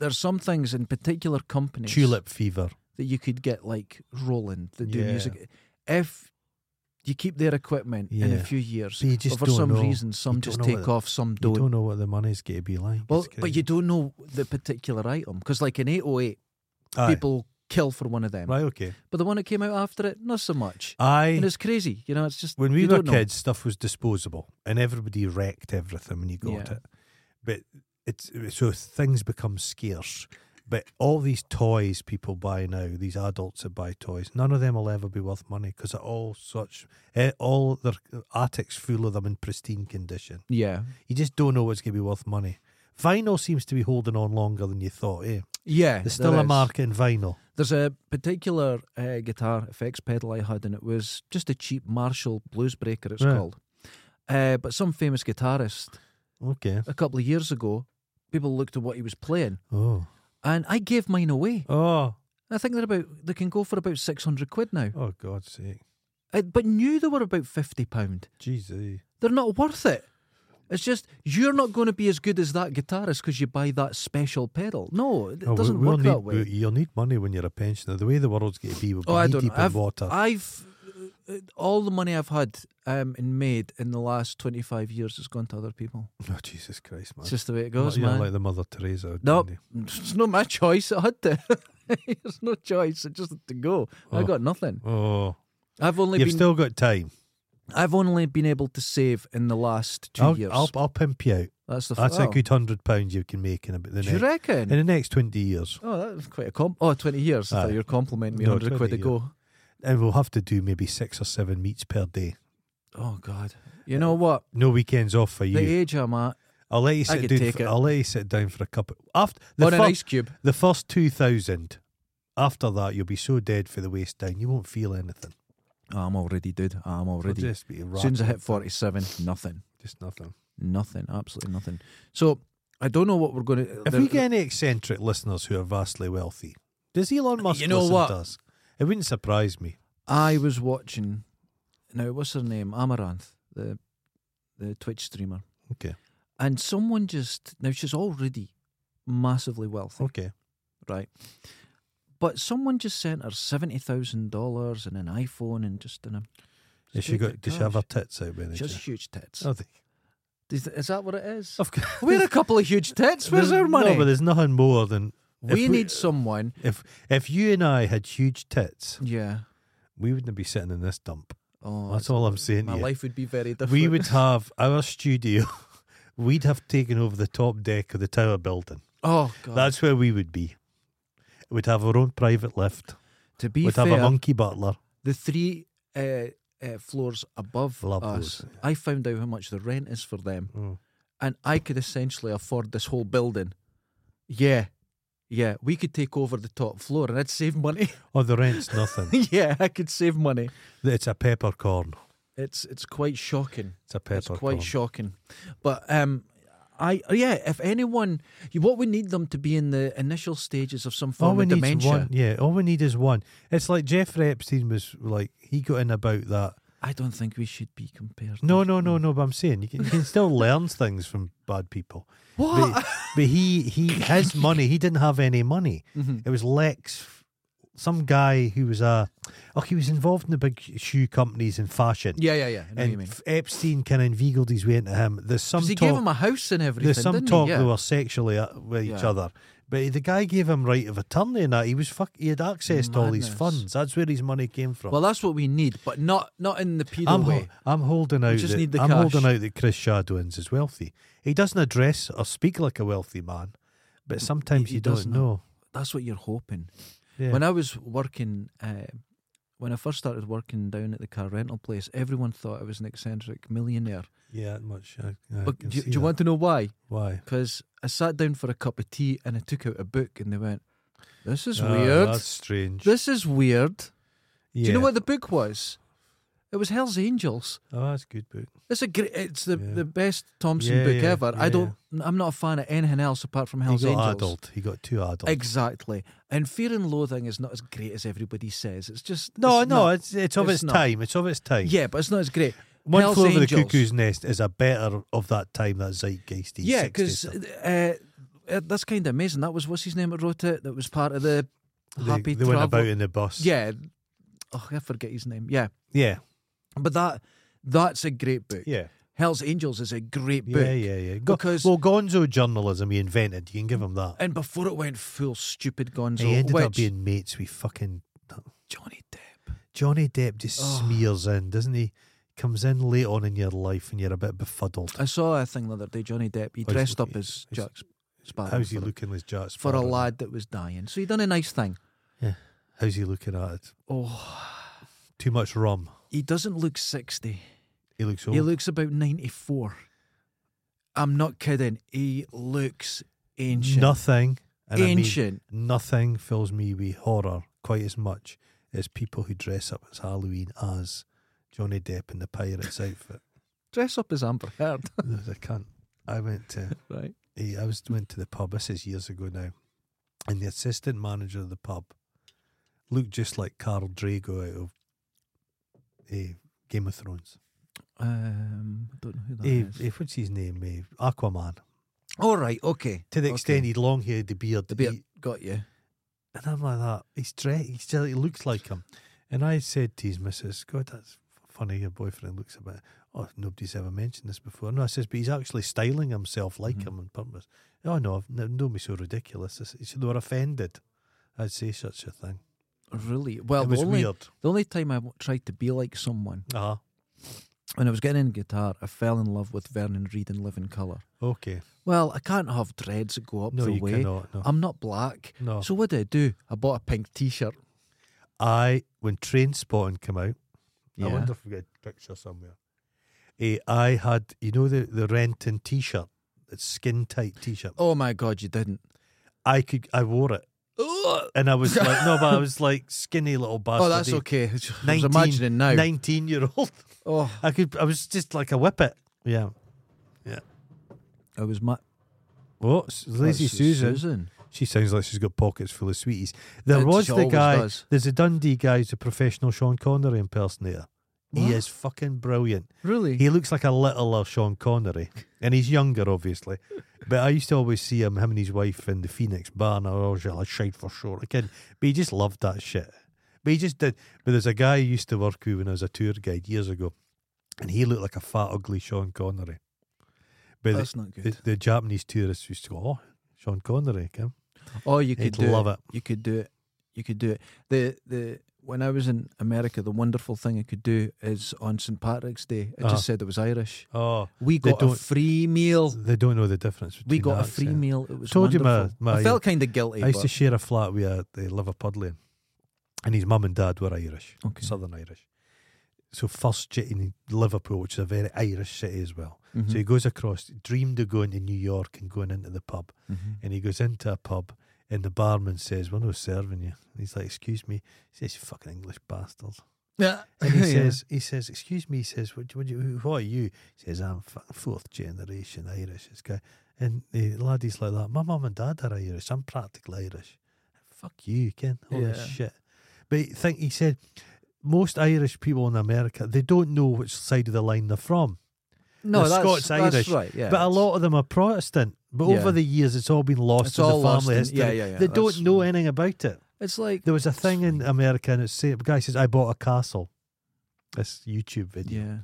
there's some things in particular companies
Tulip fever.
that you could get like Roland that do
Yeah.
music. If you keep their equipment in a
Yeah.
few years,
So you just
or for
don't
some
know.
reason, some
don't
just
know
take
whether-
off, some
You
don't.
don't know what the money's going to be like. It's
well, but
crazy.
you don't know the particular item because, like in 808,
Aye.
people kill for one of them,
Right. Okay.
but the one that came out after it, not so much.
I
And it's crazy, you know. It's just
when we
you
were
don't know.
kids, stuff was disposable, and everybody wrecked everything when you got
Yeah.
it. But it's so things become scarce, But all these toys people buy now, these adults that buy toys, none of them will ever be worth money because they're all such, eh, all their attics full of them in pristine condition.
Yeah.
You just don't know what's going to be worth money. Vinyl seems to be holding on longer than you thought, eh?
Yeah.
There's still
there
a
is.
market in vinyl.
There's a particular uh, guitar effects pedal I had, and it was just a cheap Marshall Bluesbreaker, it's
Right.
called. Uh, but some famous guitarist,
Okay.
a couple of years ago, people looked at what he was playing,
Oh.
and I gave mine away.
Oh.
I think they're about they can go for about six hundred quid now.
Oh, God's sake.
I, but knew they were about fifty pound.
Jesus.
They're not worth it. It's just you're not going to be as good as that guitarist because you buy that special pedal. No, it
Oh,
doesn't
we- we'll
work
need,
that way.
we- You'll need money when you're a pensioner. The way the world's going to be, we'll be
Oh, I
knee
don't know.
deep in
I've,
water.
I've uh, all the money I've had um, and made in the last twenty five years has gone to other people.
oh, Jesus Christ, man.
It's just the way it
Well,
goes,
you're
man.
like the Mother Teresa.
Nope.
didn't
It's not my choice. I had to. There's no choice. I just had to go. I
Oh.
got nothing.
you? Oh,
I've only
you've
been
still got time.
I've only been able to save in the last 2
I'll,
years.
I'll, I'll pimp you out.
that's the
That's
oh.
a good hundred pounds you can make in a, the
Do you
next,
reckon?
in the next twenty years,
Oh, that was quite a comp. Oh, 20 years. I thought
Aye.
you were complimenting me.
No,
100
20
quid to go.
and we'll have to do maybe six or seven meets per day.
Oh, God. You know what?
No weekends off for
The
you.
age I'm at
I'll let you
I
sit
could
down.
take
For,
it.
I'll let you sit down for a cup of, after the
on an
fir-
ice cube.
the first two thousand. After that, you'll be so dead for the waist down, you won't feel anything.
Oh, I'm already, dude. I'm
It'll
already.
just be
as soon as
rattling.
I hit 47, nothing.
just nothing.
Nothing. Absolutely nothing. So I don't know what we're going to.
If we get any eccentric listeners who are vastly wealthy, does Elon Musk
You know
listen
what?
to us? It wouldn't surprise me.
I was watching. Now, what's her name? Amaranth, the the Twitch streamer.
Okay.
And someone just now she's already massively wealthy,
Okay.
right? But someone just sent her seventy thousand dollars and an iPhone and just in a.
Has she got? Does she have Oh. her
Gosh,
tits out by any
She has
chance?
huge tits.
I think.
Is, is that what it is?
Of course.
We're a couple of huge tits. Where's
Oh, There's-
our money?
No, but there's nothing more than if
we need someone.
If if you and I had huge tits,
Yeah.
we wouldn't be sitting in this dump.
Oh,
That's
that's-
all I'm saying. to
my
you.
life would be very different.
We would have our studio. We'd have taken over the top deck of the tower building.
Oh God.
That's where we would be. We'd have our own private lift.
to be
We'd
fair,
have a monkey butler.
the three uh, uh, floors above
Love
us,
those,
I found out how much the rent is for them,
Mm.
and I could essentially afford this whole building. Yeah, yeah, we could take over the top floor, and I'd save money.
Oh, the rent's nothing.
yeah, I could save money.
it's a peppercorn.
It's it's quite shocking.
It's a
It's
peppercorn.
quite shocking, but um. I yeah. If anyone, you, what we need them to be in the initial stages of some form
All we
of
need is
dementia.
one. Yeah, all we need is one. It's like Jeffrey Epstein was like he got in about that.
I don't think we should be compared.
No, no, no, no. But I'm saying you can, you can still learn things from bad people.
What?
But, but he, he, his money. He didn't have any money.
Mm-hmm.
It was Lex, some guy who was a, oh, he was involved in the big shoe companies and fashion.
yeah, yeah, yeah. I know what you
and
mean.
F- Epstein kind of inveigled his way into him. There's some
Because he
talk.
gave him a house and everything.
there's some
didn't
talk
he? Yeah.
they were sexually uh, with each
Yeah.
other, but the guy gave him right of attorney and that. He was fuck. He had access to all these
Madness.
funds. That's where his money came from.
Well, that's what we need, but not not in the pedo
I'm, hol-
way.
I'm holding out.
just
that,
need the
I'm
cash.
holding out that Chris Shadwins is wealthy. He doesn't address or speak like a wealthy man, but sometimes
he
you don't
doesn't.
know.
That's what you're hoping.
Yeah.
When I was working, uh, when I first started working down at the car rental place, everyone thought I was an eccentric millionaire.
yeah, that much. I, I
But
can
do, you-
see
do you
that.
want to know why?
why?
Because I sat down for a cup of tea and I took out a book, and they went, "This is
Ah,
weird.
That's strange.
This is weird." Do you know
Yeah.
what the book was? It was Hell's Angels.
Oh, that's a good book.
It's a great. It's the,
Yeah.
the best Thompson
Yeah,
book
yeah,
ever. I
yeah,
don't. I'm not a fan of anything else apart from Hell's
he got
Angels.
adult. He got two adults.
Exactly. And Fear and Loathing is not as great as everybody says. It's just
no,
it's
no,
not-
it's it's of
it's
its,
not.
time. It's of its time.
yeah, but it's not as great.
One
Hell's
floor of the
Angels.
cuckoo's nest is a better of that time. That zeitgeisty.
Yeah,
60s
because
stuff.
uh, uh, that's kind of amazing. That was what's his name that wrote it. That was part of the
they,
Happy
they went
Travel-
about in the bus.
Yeah. Oh, I forget his name. Yeah,
yeah,
but that that's a great book.
yeah.
Hell's Angels is a great book.
Yeah, yeah, yeah. Go-
Because-
well, Gonzo journalism he invented. You can give him that.
And before it went full stupid Gonzo,
he ended
which
up being mates with fucking
Johnny Depp.
Johnny Depp. Just
Oh.
smears in, doesn't he? Comes in late on in your life and you're a bit befuddled.
I saw a thing the other day. Johnny Depp. He
he's-
dressed up
he's-
as
he's-
Jack Sparrow
How's he
for,
looking, Liz Jats?
for a lad that was dying. So he done a nice thing.
How's he looking at it?
Oh,
Too much rum.
he doesn't look 60.
He looks old.
He looks about 94. I'm not kidding. He looks ancient.
nothing. And I mean
ancient.
nothing fills me with horror quite as much as people who dress up as Halloween as Johnny Depp in the pirate's outfit.
Dress up as Amber Heard.
There's a cunt. I went to
right.
he- I was went to the pub. This is years ago now, and the assistant manager of the pub looked just like Carl Drago out of eh, Game of Thrones.
Um, I don't know who that
Eh,
is.
eh, what's his name? Eh, Aquaman.
All right. Okay.
To the extent
Okay.
he'd long hair, the beard,
The beard
he-
got you.
and I'm like that. He's dre- he's still, he looks like him. And I said to his missus, "God, that's f- funny. Your boyfriend looks a bit. Oh, nobody's ever mentioned this before." No, I says, but he's actually styling himself like
Mhm.
him on purpose. Oh no, I've- no, don't be so ridiculous. I said, they were offended. I'd say such a thing.
Really? Well,
it
the
was
only,
weird.
the only time I w- tried to be like someone,
Ah,
when I was getting in guitar, I fell in love with Vernon Reid and Living Colour.
okay.
Well, I can't have dreads that go up
No,
the
you
way.
cannot. No,
I'm not black.
no.
So what did I do? I bought a pink T-shirt.
I when Train Spotting came out,
Yeah.
I wonder if we got a picture somewhere. Eh, I had you know the the Renton T-shirt, that skin tight T-shirt.
Oh my God, you didn't.
I could I wore it.
Ugh.
And I was like, no, but I was like skinny little bastard.
Oh, that's
eh,
okay. I was
19
imagining now.
Nineteen year old.
Oh,
I could. I was just like a whippet. Yeah.
I was my
Oh, s- lazy Susan.
Susan.
She sounds like she's got pockets full of sweeties. There
It-
was
she
the
always
guy.
does.
There's a Dundee guy who's a professional Sean Connery impersonator. He
What?
is fucking brillier.
Really?
He looks like a littler Sean Connery, and he's younger, obviously. But I used to always see him, him and his wife in the Phoenix bar, and I was like, shite for sure. Again, but he just loved that shit. But he just did. But there's a guy I used to work with when I was a tour guide years ago, and he looked like a fat, ugly Sean Connery. But
that's not
the,
good.
the, the Japanese tourists used to go, oh, Sean Connery, Kim.
oh, you could
He'd
do
love
it.
it.
You could do it. You could do it. The the when I was in America, the wonderful thing I could do is on St Patrick's Day. I
Uh-huh.
just said it was Irish.
Oh,
We
They
got a
don't-
free meal.
they don't know the difference.
We
between
got a
that
free
accent.
meal. It was
Told you my-
wonderful.
my-
I felt kind of guilty.
I used to
but-
share a flat with a, a Liverpudlian, and his mum and dad were Irish,
Okay.
Southern Irish. So first j- in Liverpool, which is a very Irish city as well.
Mhm.
So he goes across, dreamed of going to New York and going into the pub,
Mhm.
and he goes into a pub, and the barman says, "We're not serving you." And he's like, "Excuse me," he says, "You "Fucking English bastards."
Yeah.
And he
Yeah.
says, "He says, excuse me," he says, "What, what, do you- who- who are you?" He says, "I'm f- fourth generation Irish." This guy, and the laddies like that. My mum and dad are Irish. I'm practically Irish. Fuck you, Ken. Holy
Yeah.
shit! But he think he said most Irish people in America they don't know which side of the line they're from.
no,
the
that's,
Scots
that's
Irish,
right. Yeah,
but a
it's-
lot of them are Protestant. But
Yeah.
over the years, it's all been lost
It's
to
all
the
lost
family
in-
history.
yeah, yeah, yeah,
They
that's-
don't know anything about it.
It's like
There was a thing in America, and it's say, a guy says, "I bought a castle." This YouTube video.
yeah.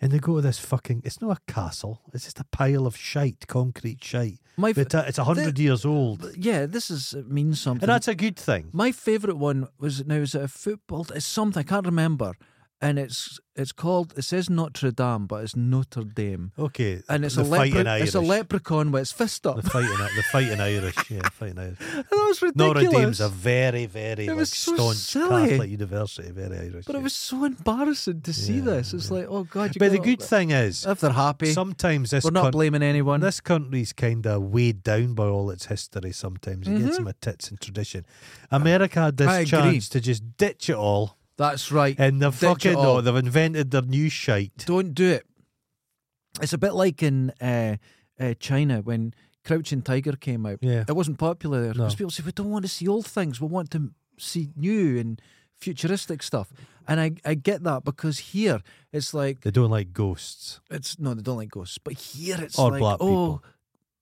And they go to this fucking. It's not a castle. It's just a pile of shite, concrete shite.
My
But uh, it's a hundred years old,
yeah, this is it means something.
and that's a good thing.
My favourite one was now is it a football? It's something I can't remember, and it's it's called. It says Notre Dame, but it's Notre Dame,
Okay,
and it's
the
a
fighting
lepre-
Irish.
it's a leprechaun with its fist up.
the fighting, the fighting Irish. Yeah, fighting Irish.
that was ridiculous.
Nora Dame's a very, very
It
like,
was so
staunch
silly.
Catholic university, very Irish.
but it
yeah.
was so embarrassing to see
Yeah,
this. It's like, oh god, you
But the
got-
good thing is,
if they're happy,
sometimes this
Uh, we're not
coun-
blaming anyone.
this country's kind of weighed down by all its history. Sometimes it gets my tits and tradition. America had
Mm-hmm. I
this
agree.
chance to just ditch it all.
That's right.
And they've
Ditch
fucking
it all.
no, they've invented their new shite.
Don't do it. It's a bit like in uh, uh, China when Crouching Tiger came out.
Yeah.
It wasn't popular there because
No.
people say we don't want to see old things. We want to see new and futuristic stuff. And I, I get that because here it's like
They don't like ghosts.
it's no, they don't like ghosts, but here it's
Or
like
black
oh,
people.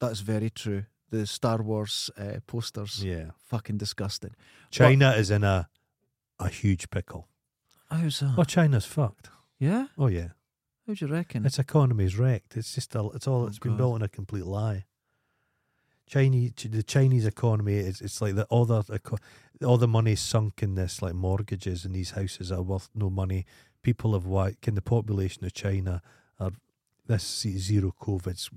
that's very true. The Star Wars uh, posters,
Yeah.
fucking disgusting.
China is in a a huge pickle.
How's that?
Oh, China's fucked. Mm.
Yeah,
Oh yeah.
how do you reckon?
Its economy's wrecked. It's just a, it's all
Oh,
it's been
God.
built on a complete lie. Chinese the Chinese economy is it's like the other eco- all the money's sunk in this like mortgages and these houses are worth no money. People have why can the population of China are this zero COVID's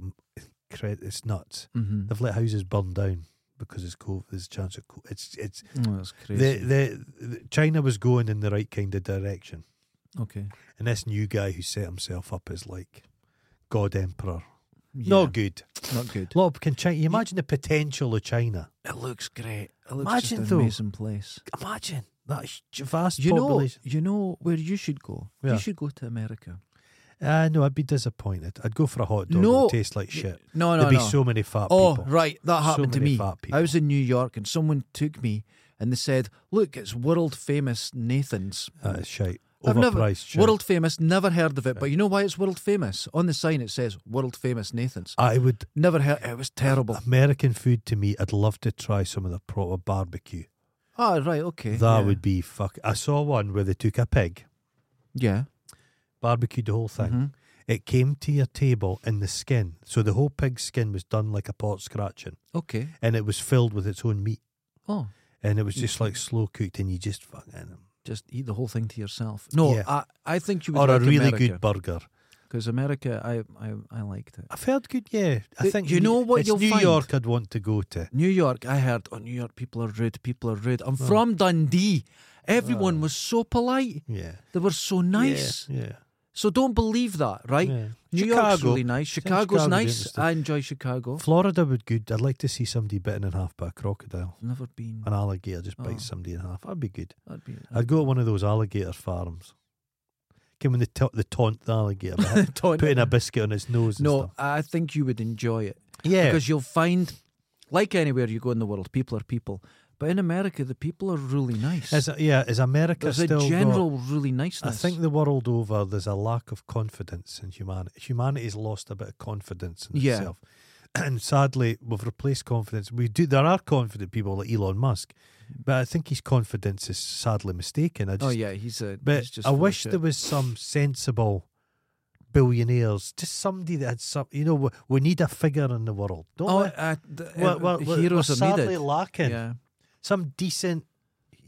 cred- it's nuts.
Mm-hmm.
They've let houses burn down because it's COVID. There's a chance of co It's it's
Oh, that's
the,
crazy.
the, the China was going in the right kind of direction,
okay.
and this new guy who set himself up as like God Emperor.
Yeah,
Not good.
Not good.
Look, can China? You imagine the potential of China.
It looks great. It looks
Imagine,
just an
though.
amazing place.
Imagine that huge, vast
You know,
population.
you know where you should go.
Yeah.
You should go to America.
Uh, no, I'd be disappointed. I'd go for a hot dog.
No.
that tastes like shit.
No, no,
There'd be
no.
so many fat
oh,
people.
right, that
So
happened to
many
me.
fat
I
people.
was in New York and someone took me and they said, "Look, it's world famous Nathan's."
That is shite.
I've never
Overpriced shit.
world famous, never heard of it. But you know why it's world famous? On the sign it says world famous Nathan's.
I would
Never heard. It was terrible.
American food to me. I'd love to try some of the proper barbecue.
Oh, right, okay.
That
yeah.
would be fuck. I saw one where they took a pig,
yeah.
barbecued the whole thing.
Mhm.
It came to your table in the skin, so the whole pig's skin was done like a pot scratching,
Okay.
and it was filled with its own meat,
Oh,
and it was just like slow cooked, and you just fucking.
just eat the whole thing to yourself. No,
Yeah.
I, I think you would
Or a
like
really
America
good burger.
because America, I, I, I liked it.
I've heard good, yeah. I
Th-
think
you
New-
know what
it's
you'll
New
find?
York. I'd want to go to.
New York, I heard, oh, New York, people are rude, people are rude. I'm from Dundee. Everyone was so polite.
Yeah,
They were so nice.
Yeah,
So don't believe that, right?
Yeah.
New York's
Chicago.
really nice.
I think
Chicago's
Chicago's
nice.
interesting.
I enjoy Chicago.
Florida would good. I'd like to see somebody bitten in half by a crocodile.
Never been.
An alligator just
Oh.
bites somebody in half. That'd be good.
That'd be
I'd go to one of those alligator farms. Can when they, ta- they taunt the alligator, by
Don't-
putting a biscuit on its nose. And
No,
stuff.
I think you would enjoy it
yeah,
because you'll find, like anywhere you go in the world, people are people. But in America, the people are really nice.
is, yeah. Is America
There's a
still? got-
general really
I
niceness.
think the world over, there's a lack of confidence in humanity. Humanity's lost a bit of confidence in
Yeah.
itself, and sadly, we've replaced confidence. We do. There are confident people like Elon Musk, but I think his confidence is sadly mistaken. I just
oh yeah, he's a.
But
he's just
I
full of
wish
shit.
there was some sensible billionaires, just somebody that had some. You know, we, we need a figure in the world. Don't
Oh,
let-
uh, th-
we're,
uh,
we're- we're-
heroes
we're
are
sadly
needed.
lacking
Yeah,
some decent,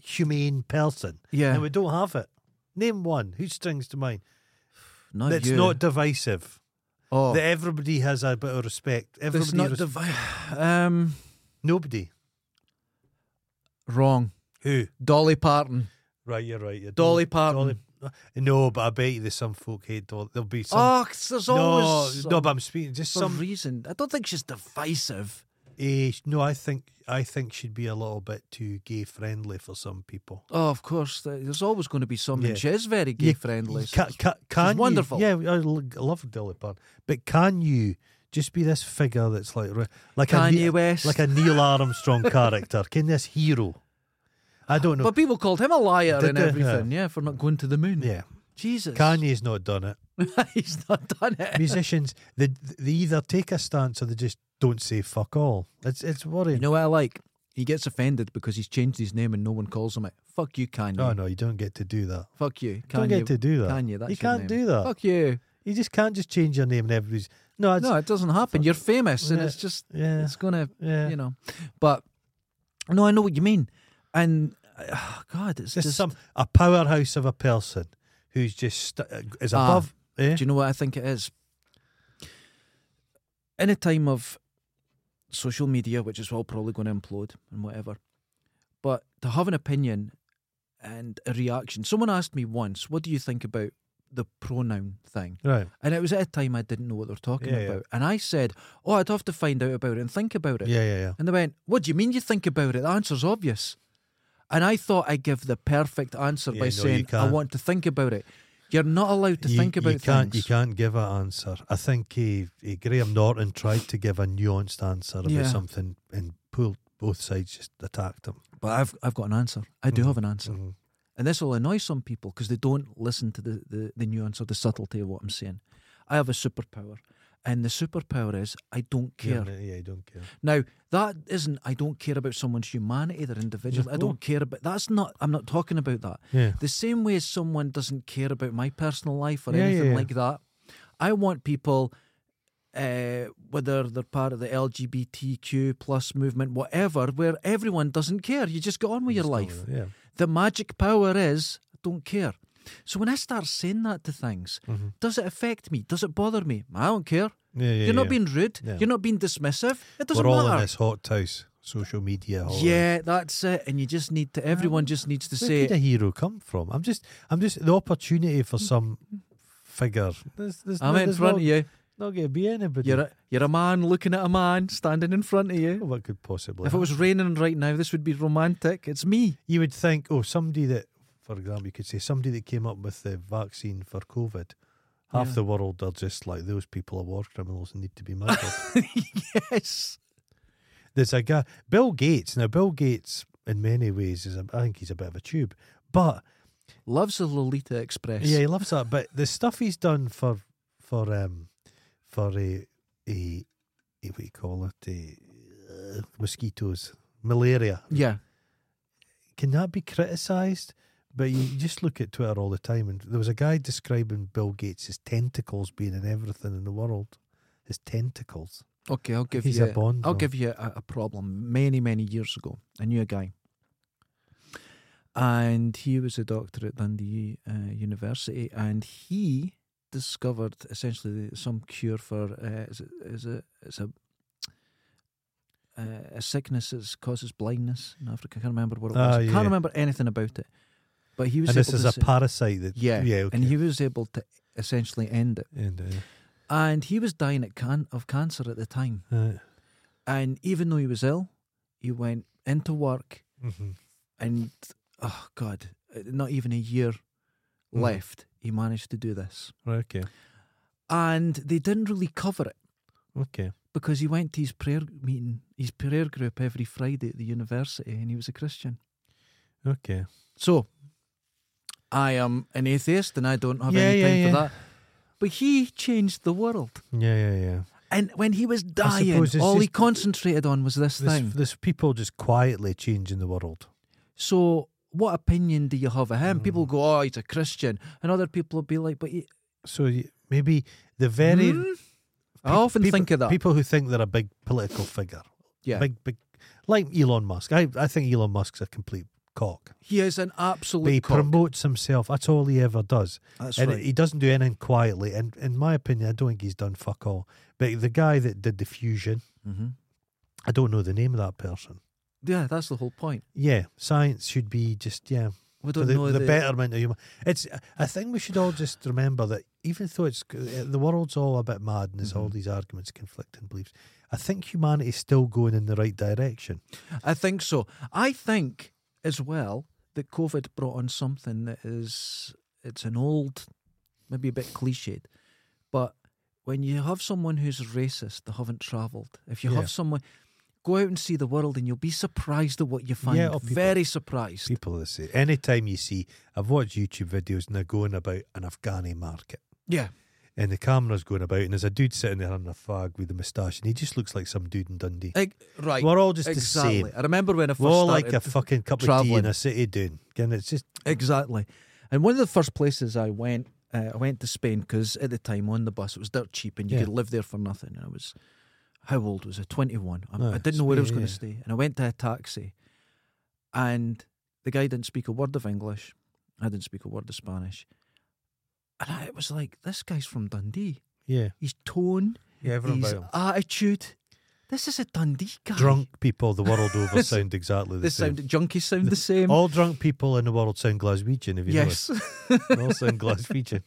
humane person,
yeah.
and we don't have it. Name one who strings to mind
not
that's
you.
not divisive.
Oh,
That everybody has a bit of respect.
that's
Everybody,
not
res-
divi- um
nobody.
wrong.
Who?
Dolly Parton.
Right, you're right. You're
Dolly Parton.
Mm, Dolly- No, but I bet you there's some folk hate Dolly. There'll be some.
oh, 'cause there's
no,
always
no, but I'm speaking just
some
some
reason. I don't think she's divisive.
Eh, no, I think I think she'd be a little bit too gay friendly for some people.
Oh, of course. th- There's always going to be something.
Yeah.
She is very gay friendly.
You ca- ca- can you-
wonderful.
Yeah, I l- I love Dolly Parton, but can you just be this figure that's like re- like a
Kanye
Ne-
West.
like a Neil Armstrong character? Can this hero? I don't know.
But people called him a liar
Did
and
they? Yeah.
everything. Yeah, for not going to the moon.
yeah,
Jesus.
Kanye's not done it.
He's not done it.
Musicians, they they either take a stance or they just don't say fuck all. It's it's worrying.
You know what I like? He gets offended because he's changed his name and no one calls him it. Fuck you, Kanye.
Oh, no, no, you don't get to do that.
Fuck you. Kanye.
don't get to do that.
Kanye, that's
you
your
can't
name.
do that.
Fuck you.
You just can't just change your name and everybody's no. It's,
No, it doesn't happen. You're famous and
Yeah.
it's just,
yeah.
it's going to,
Yeah.
you know. But, no, I know what you mean. And, uh, God, it's
There's
just.
some a powerhouse of a person who's just st- uh, is
Ah,
above. eh?
Do you know what I think it is? In a time of social media, which is all probably going to implode and whatever, but to have an opinion and a reaction. Someone asked me once, "What do you think about the pronoun thing?"
right.
And it was at a time I didn't know what they were talking
Yeah, yeah.
about, and I said, "Oh, I'd have to find out about it and think about it."
Yeah, yeah, yeah.
And they went, What do you mean you think about it? The answer's obvious. And I thought I give the perfect answer
Yeah, no,
by
you
saying, I
can't.
want to think about it. You're not allowed to
you,
think about
you can't,
things.
You can't give an answer. I think he, he, Graham Norton tried to give a nuanced answer about
Yeah.
something and pulled both sides just attacked him.
But I've, I've got an answer. I do have an answer.
Mhm.
And this will annoy some people because they don't listen to the, the, the nuance or the subtlety of what I'm saying. I have a superpower. And the superpower is I don't care.
Yeah, yeah, you don't care.
Now, that isn't I don't care about someone's humanity, their individual. I
No.
don't care about that's not I'm not talking about that.
Yeah.
The same way as someone doesn't care about my personal life or
Yeah,
anything
yeah, yeah.
like that, I want people, uh, whether they're part of the LGBTQ plus movement, whatever, where everyone doesn't care. You just get on with your life.
Yeah.
The magic power is I don't care. So when I start saying that to things, does it affect me? Does it bother me? I don't care.
Yeah, Mm-hmm. yeah,
You're not
yeah.
being rude.
Yeah.
You're not being dismissive. It doesn't
We're all
matter.
in this hot house, social media. All
Yeah, that's it. And you just need to. Everyone just needs to
Where
say.
could a hero come from? I'm just, I'm just the opportunity for some figure. There's, there's
Mm. I'm
no-
in
there's
front
not,
of you.
Not going to be anybody.
You're a, you're a man looking at a man standing in front of you.
what could possibly?
If it was raining right now, this would be romantic. It's me.
you would think, oh, somebody that, for example, you could say somebody that came up with the vaccine for COVID. Half
Yeah.
the world are just like those people are war criminals and need to be murdered.
Yes.
There's a guy, Bill Gates. Now, Bill Gates, in many ways, is a, I think he's a bit of a tube, but
Loves a Lolita Express.
yeah, he loves that. But the stuff he's done for for um for a a, a what do you call it a, uh, mosquitoes, malaria.
Yeah.
can that be criticised? But you you just look at Twitter all the time, and there was a guy describing Bill Gates' his tentacles being in everything in the world. His tentacles.
Okay, I'll give
He's
you.
a Bond.
I'll
though.
give you a, a problem. Many, many years ago, I knew a guy, and he was a doctor at Dundee uh, University, and he discovered essentially some cure for uh, is it is it is a uh, a sickness that causes blindness in Africa. I can't remember what it was.
Ah,
I
yeah.
can't remember anything about it. But he was
And this
able
is
to
a
say-
parasite that.
yeah,
Yeah. Okay.
and he was able to essentially end it.
And, uh,
And he was dying at can- of cancer at the time.
uh,
And even though he was ill, he went into work
mhm.
and, oh God, not even a year
Mhm.
left, he managed to do this.
Right, Okay.
And they didn't really cover it
Okay.
because he went to his prayer meeting, his prayer group every Friday at the university and he was a Christian.
Okay.
So I am an atheist and I don't have
Yeah,
any
yeah,
time
yeah.
for that. But he changed the world.
Yeah. Yeah. Yeah.
And when he was dying,
suppose it's
all he
just-
concentrated on was this
There's,
thing.
there's people just quietly changing the world.
So, what opinion do you have of him?
Hmm.
People go, "Oh, he's a Christian," and other people will be like, "But he,
So you- maybe the very.
Hmm? I often
people,
think of that."
People who think they're a big political figure.
yeah,
Big, big. Like Elon Musk. I, I think Elon Musk's a complete cock.
he is an
But
absolute.
he
cock.
promotes himself. That's all he ever does.
That's
and
right.
he doesn't do anything quietly. And in my opinion, I don't think he's done fuck all. But the guy that did the fusion,
hmm
I don't know the name of that person.
Yeah, that's the whole point.
Yeah, science should be just yeah
We
for
don't
the,
know
the
the-
betterment of human. It's I think we should all just remember that even though it's the world's all a bit mad and there's all these arguments, conflicting beliefs, I think humanity's still going in the right direction.
I think so. I think as well that COVID brought on something that is it's an old, maybe a bit cliched, but when you have someone who's racist, they haven't travelled. If you
Yeah.
have someone. Go out and see the world, and you'll be surprised at what you find.
Yeah, or people-
Very surprised.
People that say anytime you see, I've watched YouTube videos and they're going about an Afghani market.
Yeah.
And the camera's going about, and there's a dude sitting there having a fag with a moustache, and he just looks like some dude in Dundee.
Eg- right.
We're all just
exactly.
the same.
I remember when I 1st
We're all like
started.
a fucking cup of tea
travelling.
in a city doing. And it's just
exactly. And one of the first places I went, uh, I went to Spain because at the time on the bus it was dirt cheap and you
Yeah.
could live there for nothing. And I was, how old was I? 21. I,
Ah,
I didn't know where I was
Spain,
going
yeah.
to stay. And I went to a taxi and the guy didn't speak a word of English. I didn't speak a word of Spanish. And I was like, this guy's from Dundee.
yeah,
His tone,
yeah,
his attitude. This is a Dundee guy.
Drunk people the world over sound exactly the
They
same.
sound, junkies sound the same.
All drunk people in the world sound Glaswegian. If you
Yes,
know it, they all sound Glaswegian.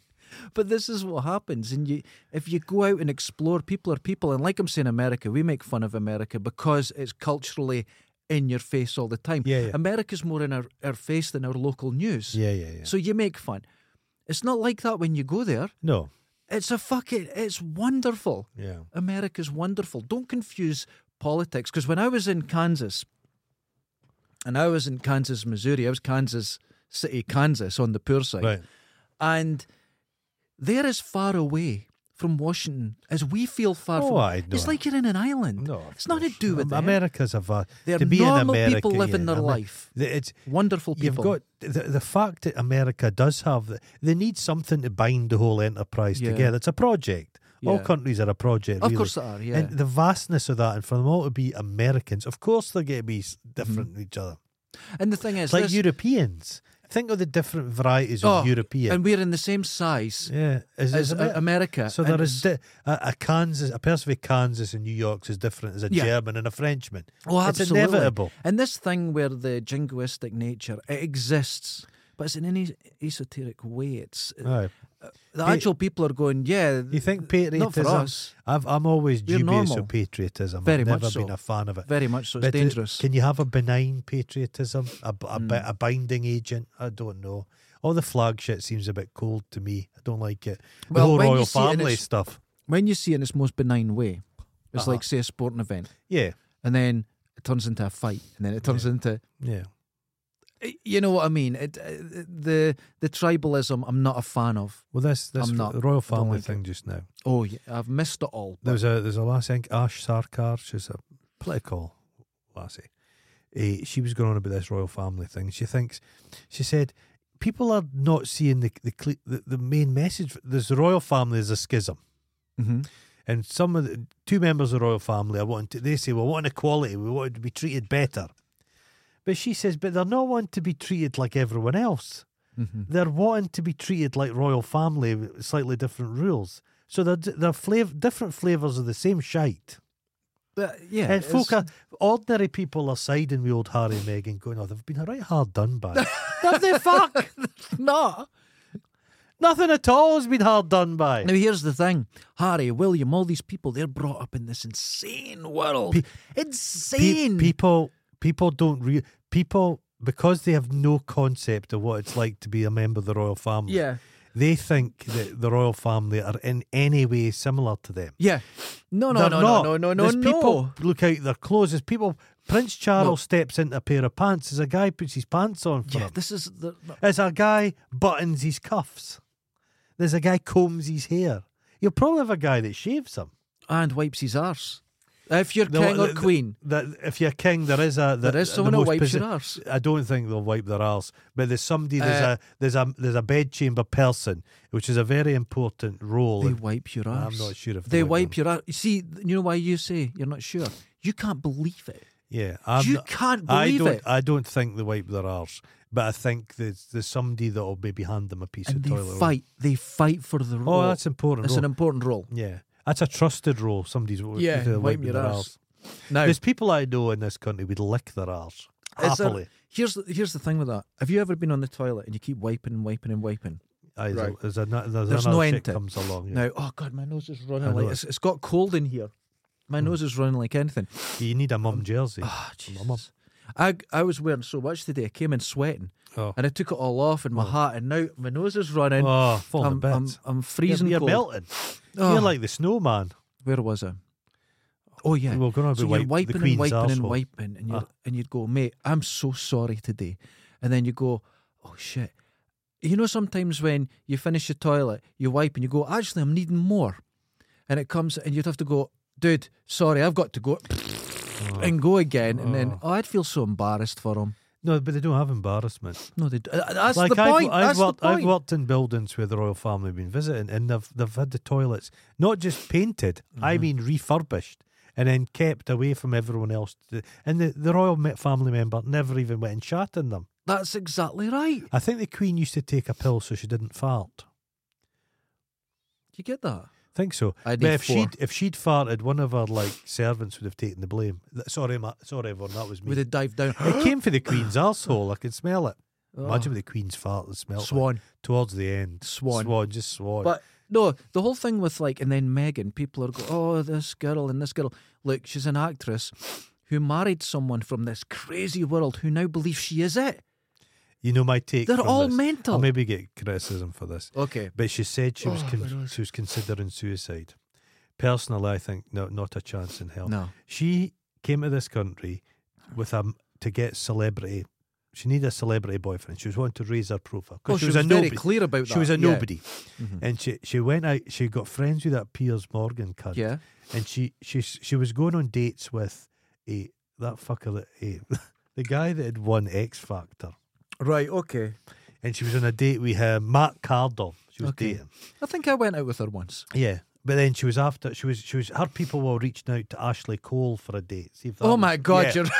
but this is what happens, and you if you go out and explore, people are people, and like I'm saying, America, we make fun of America because it's culturally in your face all the time.
Yeah, yeah.
America's more in our, our face than our local news.
Yeah, yeah, yeah.
So you make fun. It's not like that when you go there.
No,
It's a fucking. It's wonderful.
yeah,
America's wonderful. Don't confuse politics. Because when I was in Kansas, and I was in Kansas, Missouri, I was Kansas City, Kansas, on the poor side
right.
and they're as far away from Washington as we feel far
Oh,
from.
I know.
It's like you're in an island.
No,
it's not to do with
Am-
them.
America's a va-
They're
to be in
normal
America,
people living
yeah,
their
Amer-
life.
It's
Wonderful
You've
people.
got the, the fact that America does have, the, they need something to bind the whole enterprise
Yeah.
together. It's a project. All
Yeah.
countries are a project,
of
really.
course, they are. Yeah,
And the vastness of that, and for them all to be
Mm-hmm.
Americans, of course they're going to be s- different from each other.
and the thing is,
It's like
this-
Europeans. Think of the different varieties of
Oh,
European.
And we're in the same size
yeah, is,
as
is
uh,
it-
America.
so
and
there is
it's-
di- a, a Kansas, a person with Kansas and New York's is different as a
Yeah.
German and a Frenchman.
Oh,
it's
absolutely.
inevitable.
And this thing where the jingoistic nature it exists, but it's in an es- esoteric way. It's uh,
Aye.
the
Hey,
actual people are going, yeah,
You think
not for
patriotism?
us,
I've, I'm always
We're
dubious
normal.
of patriotism.
Very
I've
much
never
so.
been a fan of it.
very much so. It's
But do-
dangerous. Hmm.
Can you have a benign patriotism, a, b- a bi- a binding agent? I don't know. All the flag shit seems a bit cold to me. I don't like it. The
Well,
whole
when you
royal
see it in
family
its-
stuff.
when you see it in its most benign way, it's
Uh-huh.
like say a sporting event,
Yeah,
and then it turns into a fight, and then it turns into
yeah.
you know what I mean. It, uh, the the tribalism I'm not a fan of.
Well, this this
I'm not-
royal
don't
family
like it.
thing just now.
Oh, yeah, I've missed it all. but-
There's a there's a lassie, I think Ash Sarkar. She's a political lassie. Eh, she was going on about this royal family thing. She thinks, she said, people are not seeing the the cle- the, the main message. This royal family is a schism.
Mhm.
and some of the two members of the royal family are wanting to, they say we want equality we want to be treated better but she says but they're not wanting to be treated like everyone else
Mhm.
they're wanting to be treated like royal family with slightly different rules so they're, d- they're flav- different flavours of the same shite
But, uh, yeah,
and
it's-
folk are, ordinary people are siding with old Harry and Meghan going oh they've been right hard done by have they fuck
not.
nothing at all has been hard done by
Now here's the thing, Harry, William, all these people—they're brought up in this insane world.
Pe-
insane.
people people don't re- people because they have no concept of what it's like to be a member of the royal family.
yeah,
They think that the royal family are in any way similar to them.
yeah. No, no,
They're
no,
not.
no, no, no,
There's
no.
people look out their clothes. There's people. Prince Charles steps into a pair of pants. As a guy puts his pants on for
yeah,
him.
this is the.
As a guy buttons his cuffs. There's a guy combs his hair. You'll probably have a guy that shaves him.
and wipes his arse. If you're
No,
king or
the- the-
queen,
That if you're king, there is a
there is
the
someone who
most
wipes
posi-
your arse.
I don't think they'll wipe their arse, but there's somebody there's
Uh,
a there's a there's a bedchamber person, which is a very important role.
They
in-
wipe your
I'm
arse.
not sure if
they
they wipe
wipe your arse. You see, you know why you say you're not sure. You can't believe it.
yeah, I'm
you
not-
can't
I
believe
don't
it.
I don't think they wipe their arse, but I think there's there's somebody that'll maybe hand them a piece
and
of
they
toilet roll.
fight. They fight for the
Oh,
role.
that's important.
it's
role.
an important role.
yeah, that's a trusted role. Somebody's w-
Yeah,
they're
wiping your
their
arse.
arse.
Now,
There's people I know in this country would lick their arse
Is there-
happily.
here's the, here's the thing with that. Have you ever been on the toilet and you keep wiping and wiping and wiping?
Aye, there's a-
Right.
there's, ano- there's
There's
another
no end
shit
to it.
comes along. yeah.
Now, oh god, my nose is
I
running
know Hmm.
like
it.
it's, it's got cold in here. My nose is running like anything.
You need a mum jersey.
Ah,
I'm up.
Jesus. I I was wearing so much today. I came in sweating,
Oh,
and I took it all off, and my hat, and now my nose is running.
oh falling
I'm,
to
I'm,
bits.
I'm
You're-
freezing
you're
cold.
melting.
Oh,
You're like the snowman.
where was I? Oh yeah.
We We're going to
so
be
you're wiping and wiping and wiping, and you
Ah.
and you'd go, mate, I'm so sorry today, and then you go, oh shit. You know, sometimes when you finish your toilet, you wipe and you go, actually, I'm needing more, and it comes and you'd have to go, dude, sorry, I've got to go
Ah.
and go again, and then oh, I'd feel so embarrassed for him.
No, but they don't have embarrassment.
No, they, d- uh, that's
like
the
I've,
point.
I've
that's
worked,
the point.
I've worked in buildings where the royal family have been visiting, and they've they've had the toilets not just painted,
Mm-hmm.
I mean refurbished, and then kept away from everyone else. To, and the, the royal me- family member never even went and shat in them.
That's exactly right.
I think the Queen used to take a pill so she didn't fart.
You get that?
Think so.
I
but
did
if
four.
she'd if she'd farted, one of her like servants would have taken the blame. Th- Sorry, ma- sorry, everyone, that was me.
With a dive down,
It came from the Queen's arsehole. I can smell it.
Oh.
Imagine with the Queen's fart that smelled like-
swan.
towards the end.
Swan.
Swan, just swan.
But no, the whole thing with like, and then Megan, people are going, oh, this girl and this girl. Look, she's an actress who married someone from this crazy world who now believes she is it.
you know my take.
They're
from
all
this.
mental.
I'll maybe get criticism for this.
Okay.
But she said she was
Oh,
con-
my nose.
she was considering suicide. Personally, I think no, not a chance in hell.
No. Oh,
She came to this country with a m- to get celebrity. She needed a celebrity boyfriend. She was wanting to raise her profile. 'cause
Oh, she
was,
was,
a
very
nobody.
clear about that.
She was a
Yeah. Mm-hmm.
nobody, and she she went out. She got friends with that Piers Morgan cunt.
Yeah.
and she she she was going on dates with a that fucker that a, the guy that had won X Factor,
Right. Okay.
and she was on a date with him, Matt Cardle. She was
Okay.
dating,
I think I went out with her once.
yeah. But then she was after she was she was her people were reaching out to Ashley Cole for a date. See if that
oh
was-
my God,
yeah.
you're.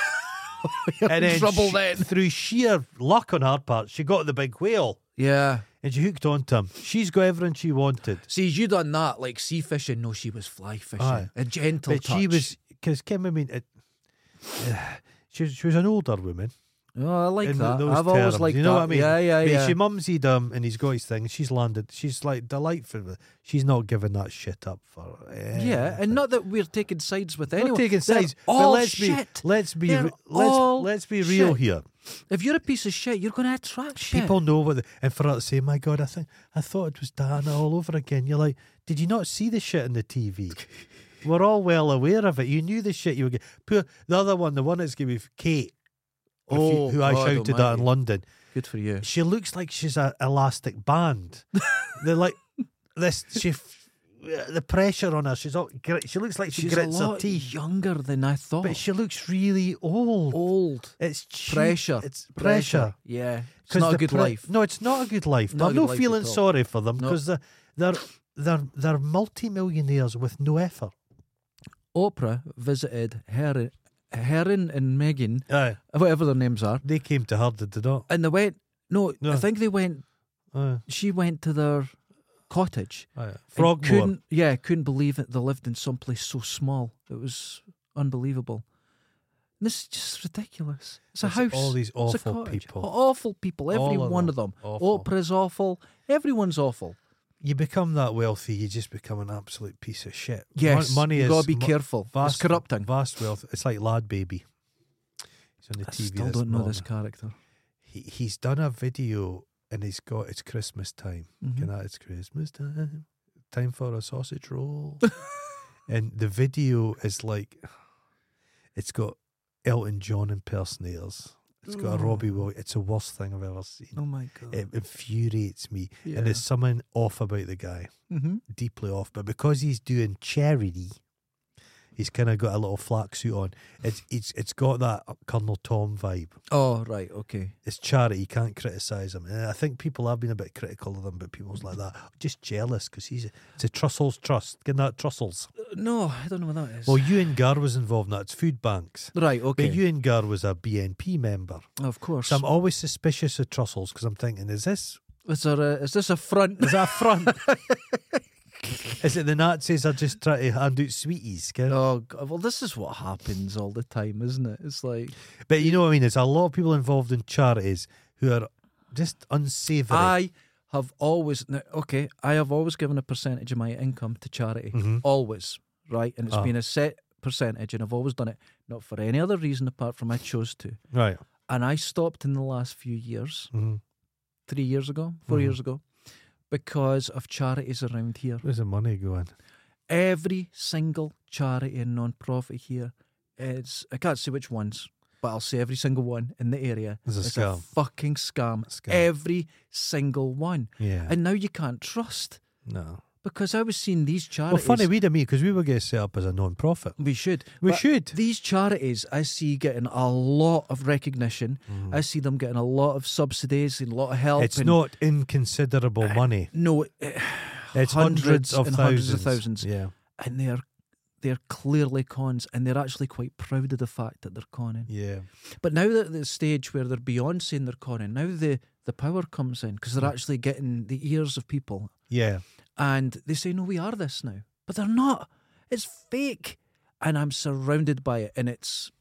You're
And
in
then
trouble
she-
then.
Through sheer luck on her part, she got the big whale
Yeah.
and she hooked onto him. She's got everything she wanted.
See, you done that like sea fishing. No, she was fly fishing.
Aye.
A gentle
But
touch.
she was, because Kim, I mean, it, she, she was an older woman.
Oh, I like
in
that.
those
I've always
terms,
liked
you know
that.
what I mean?
Yeah, yeah,
But
yeah.
she mumsied him and he's got his thing. She's landed. She's like delightful. She's not giving that shit up for. eh.
yeah, and not that we're taking sides with
not
anyone.
taking
They're
sides.
all
but let's
shit.
be let's be
They're
re-
all
let's let's be real
shit.
here.
If you're a piece of shit, you're going to attract shit.
People know what. The, and for her to say, "My God, I think I thought it was Diana all over again." You're like, did you not see the shit on the TV? We're all well aware of it. You knew the shit you were getting. Poor the other one, the one that's going to be Kate, if you-
Oh,
who I
God
shouted at
almighty.
in London.
Good for you.
she looks like she's an elastic band. They're like this. She, f- the pressure on her. She's all. gri- She looks like she
She's a
grits her
lot
teeth,
younger than I thought.
but she looks really old.
old.
It's cheap.
Pressure.
It's pressure.
Yeah. It's
'Cause
not a
the
good
pre-
life.
No, it's not a good life.
Not a
But I'm
good
not
life
feeling
at all.
sorry for them
No.
because they're they're they're they're multi-millionaires with no effort.
Oprah visited Heron, Heron and Megan,
Aye.
whatever their names are,
They came to her, did they not?
and they went. No, I
No.
think they went.
Aye.
She went to their cottage.
Aye.
and
Frogmore.
Couldn't, yeah, couldn't believe it. They lived in some place so small. It was unbelievable. And this is just ridiculous. It's a
It's
house.
all these
It's a
awful
cottage.
people.
Awful people. Every
All of
one
them.
of them.
Awful.
Oprah's awful. Everyone's awful.
You become that wealthy, you just become an absolute piece of shit. Mon-
Yes,
money
you
is
got to be
mo-
careful. it's corrupting.
Vast wealth. It's like Lad Baby. He's on the
I
TV.
still
this
don't know this
morning.
character.
He, he's done a video and he's got it's Christmas time.
Mhm.
Can I? It's Christmas time. Time for a sausage roll. and the video is like, it's got Elton John impersonators. It's got a Robbie Williams. It's the worst thing I've ever seen.
Oh my god.
It infuriates me. And
Yeah.
there's something off about the guy
mm-hmm.
deeply off, but because he's doing charity, he's kind of got a little flak suit on. It's it's it's got that Colonel Tom vibe.
Oh right, okay.
It's charity. You can't criticise him. And I think people have been a bit critical of him, but people's like that just jealous because he's a, it's a Trussell's trust. Getting that Trussell's.
Uh, No, I don't know what that is.
Well, Ewan Gar was involved in that. It's food banks.
right, okay.
But Ewan Gar was a BNP member.
of course.
So I'm always suspicious of Trussell's because I'm thinking, is this
is there a, is this a front?
is that a front? is it the Nazis are just trying to hand out sweeties? Ken?
Oh God. well, this is what happens all the time, isn't it? It's like
But you know what I mean? There's a lot of people involved in charities who are just unsavory.
I have always now, okay. I have always given a percentage of my income to charity, always right, and it's
Ah.
been a set percentage, and I've always done it not for any other reason apart from I chose to,
right.
and I stopped in the last few years,
Mhm.
three years ago, 4
Mhm.
years ago, because of charities around here.
Where's the money going?
every single charity and non-profit here is I can't say which ones, but I'll say every single one in the area
It's a
is a
scam.
fucking scam.
Scam.
Every single one.
Yeah.
And now you can't trust
no.
because I was seeing these
Well,
charities.
funny we'd have me because we were getting set up as a non profit.
we should.
We
But
should.
These charities I see getting a lot of recognition. I see them getting a lot of subsidies and a lot of help.
Mm. It's
and-
not inconsiderable money.
no, eh,
It's
hundreds
Uh, hundreds, of
and
thousands.
hundreds of thousands.
Yeah.
and they're they're clearly cons, and they're actually quite proud of the fact that they're conning.
Yeah.
But now they're at the stage where they're beyond saying they're conning. Now the, the power comes in because they're actually getting the ears of people
Yeah.
and they say, no, we are this now. But they're not. It's fake. And I'm surrounded by it. And it's.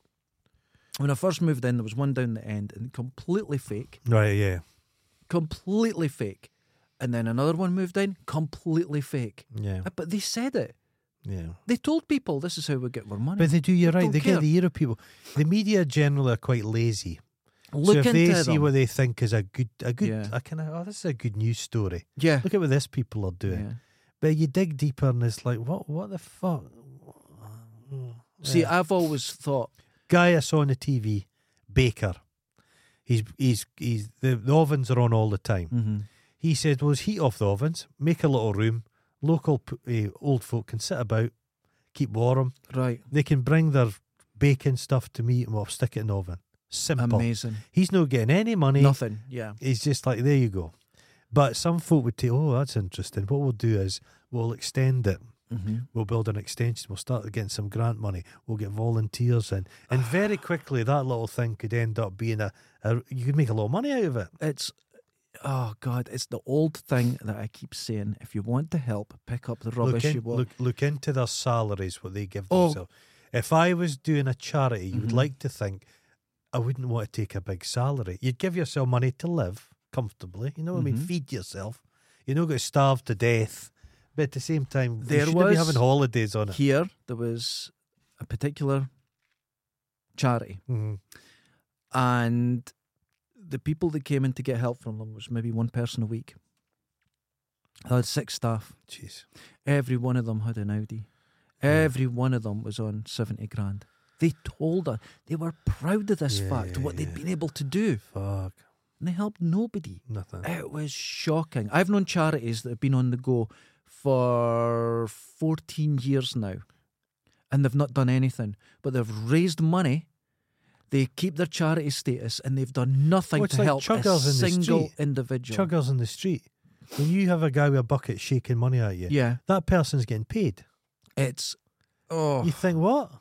When I first moved in, there was one down the end and completely fake.
Right. Yeah.
Completely fake. And then another one moved in, completely fake.
Yeah.
Uh, But they said it.
Yeah.
They told people this is how we get our money.
But they do, you're right.
don't
They
care.
get the ear of people. The media generally are quite lazy.
Look
so if they
into
see
them.
what they think is a good, a good,
Yeah.
a kind of, oh, this is a good news story.
yeah.
Look at what this people are doing.
yeah.
But you dig deeper and it's like, what what the fuck?
See, I've always thought
Guy I saw on the TV, Baker. He's he's he's the, the ovens are on all the time. He said, Well, let's heat off the ovens, make a little room, local uh, old folk can sit about, keep warm.
Right.
They can bring their bacon stuff to me and we'll stick it in the oven. Simple.
Amazing.
He's not getting any money.
Nothing. Yeah.
He's just like, there you go. But some folk would take, oh, that's interesting. What we'll do is we'll extend it. We'll build an extension. We'll start getting some grant money. We'll get volunteers in, and very quickly that little thing could end up being a. a you could make a lot of money out of it.
It's oh god, it's the old thing that I keep saying. If you want to help, pick up the
look,
rubbish
in-
you want.
look, look into their salaries, what they give
Oh. Mm-hmm.
themselves. If I was doing a charity, you would like to think I wouldn't want to take a big salary. You'd give yourself money to live comfortably. You know what
Mm-hmm.
I mean? Feed yourself. You don't get starved to death. But at the same time,
There
there you shouldn't be
was-
having holidays on it.
Here there was a particular charity
Mhm.
and the people that came in to get help from them was maybe one person a week. I had six staff.
Jeez.
Every one of them had an Audi. Every one of them was on seventy grand. They told us they were proud of this
Yeah,
fact,
yeah,
what they'd
yeah.
been able to do,
Fuck.
and they helped nobody.
Nothing.
It was shocking. I've known charities that have been on the go for 14 years now and they've not done anything, but they've raised money. They keep their charity status and they've done nothing
Well, it's
to
like
help
chuggers
a
in the
single
street.
individual.
Chuggers on the street. When you have a guy with a bucket shaking money at you,
Yeah,
that person's getting paid.
it's oh
You think what?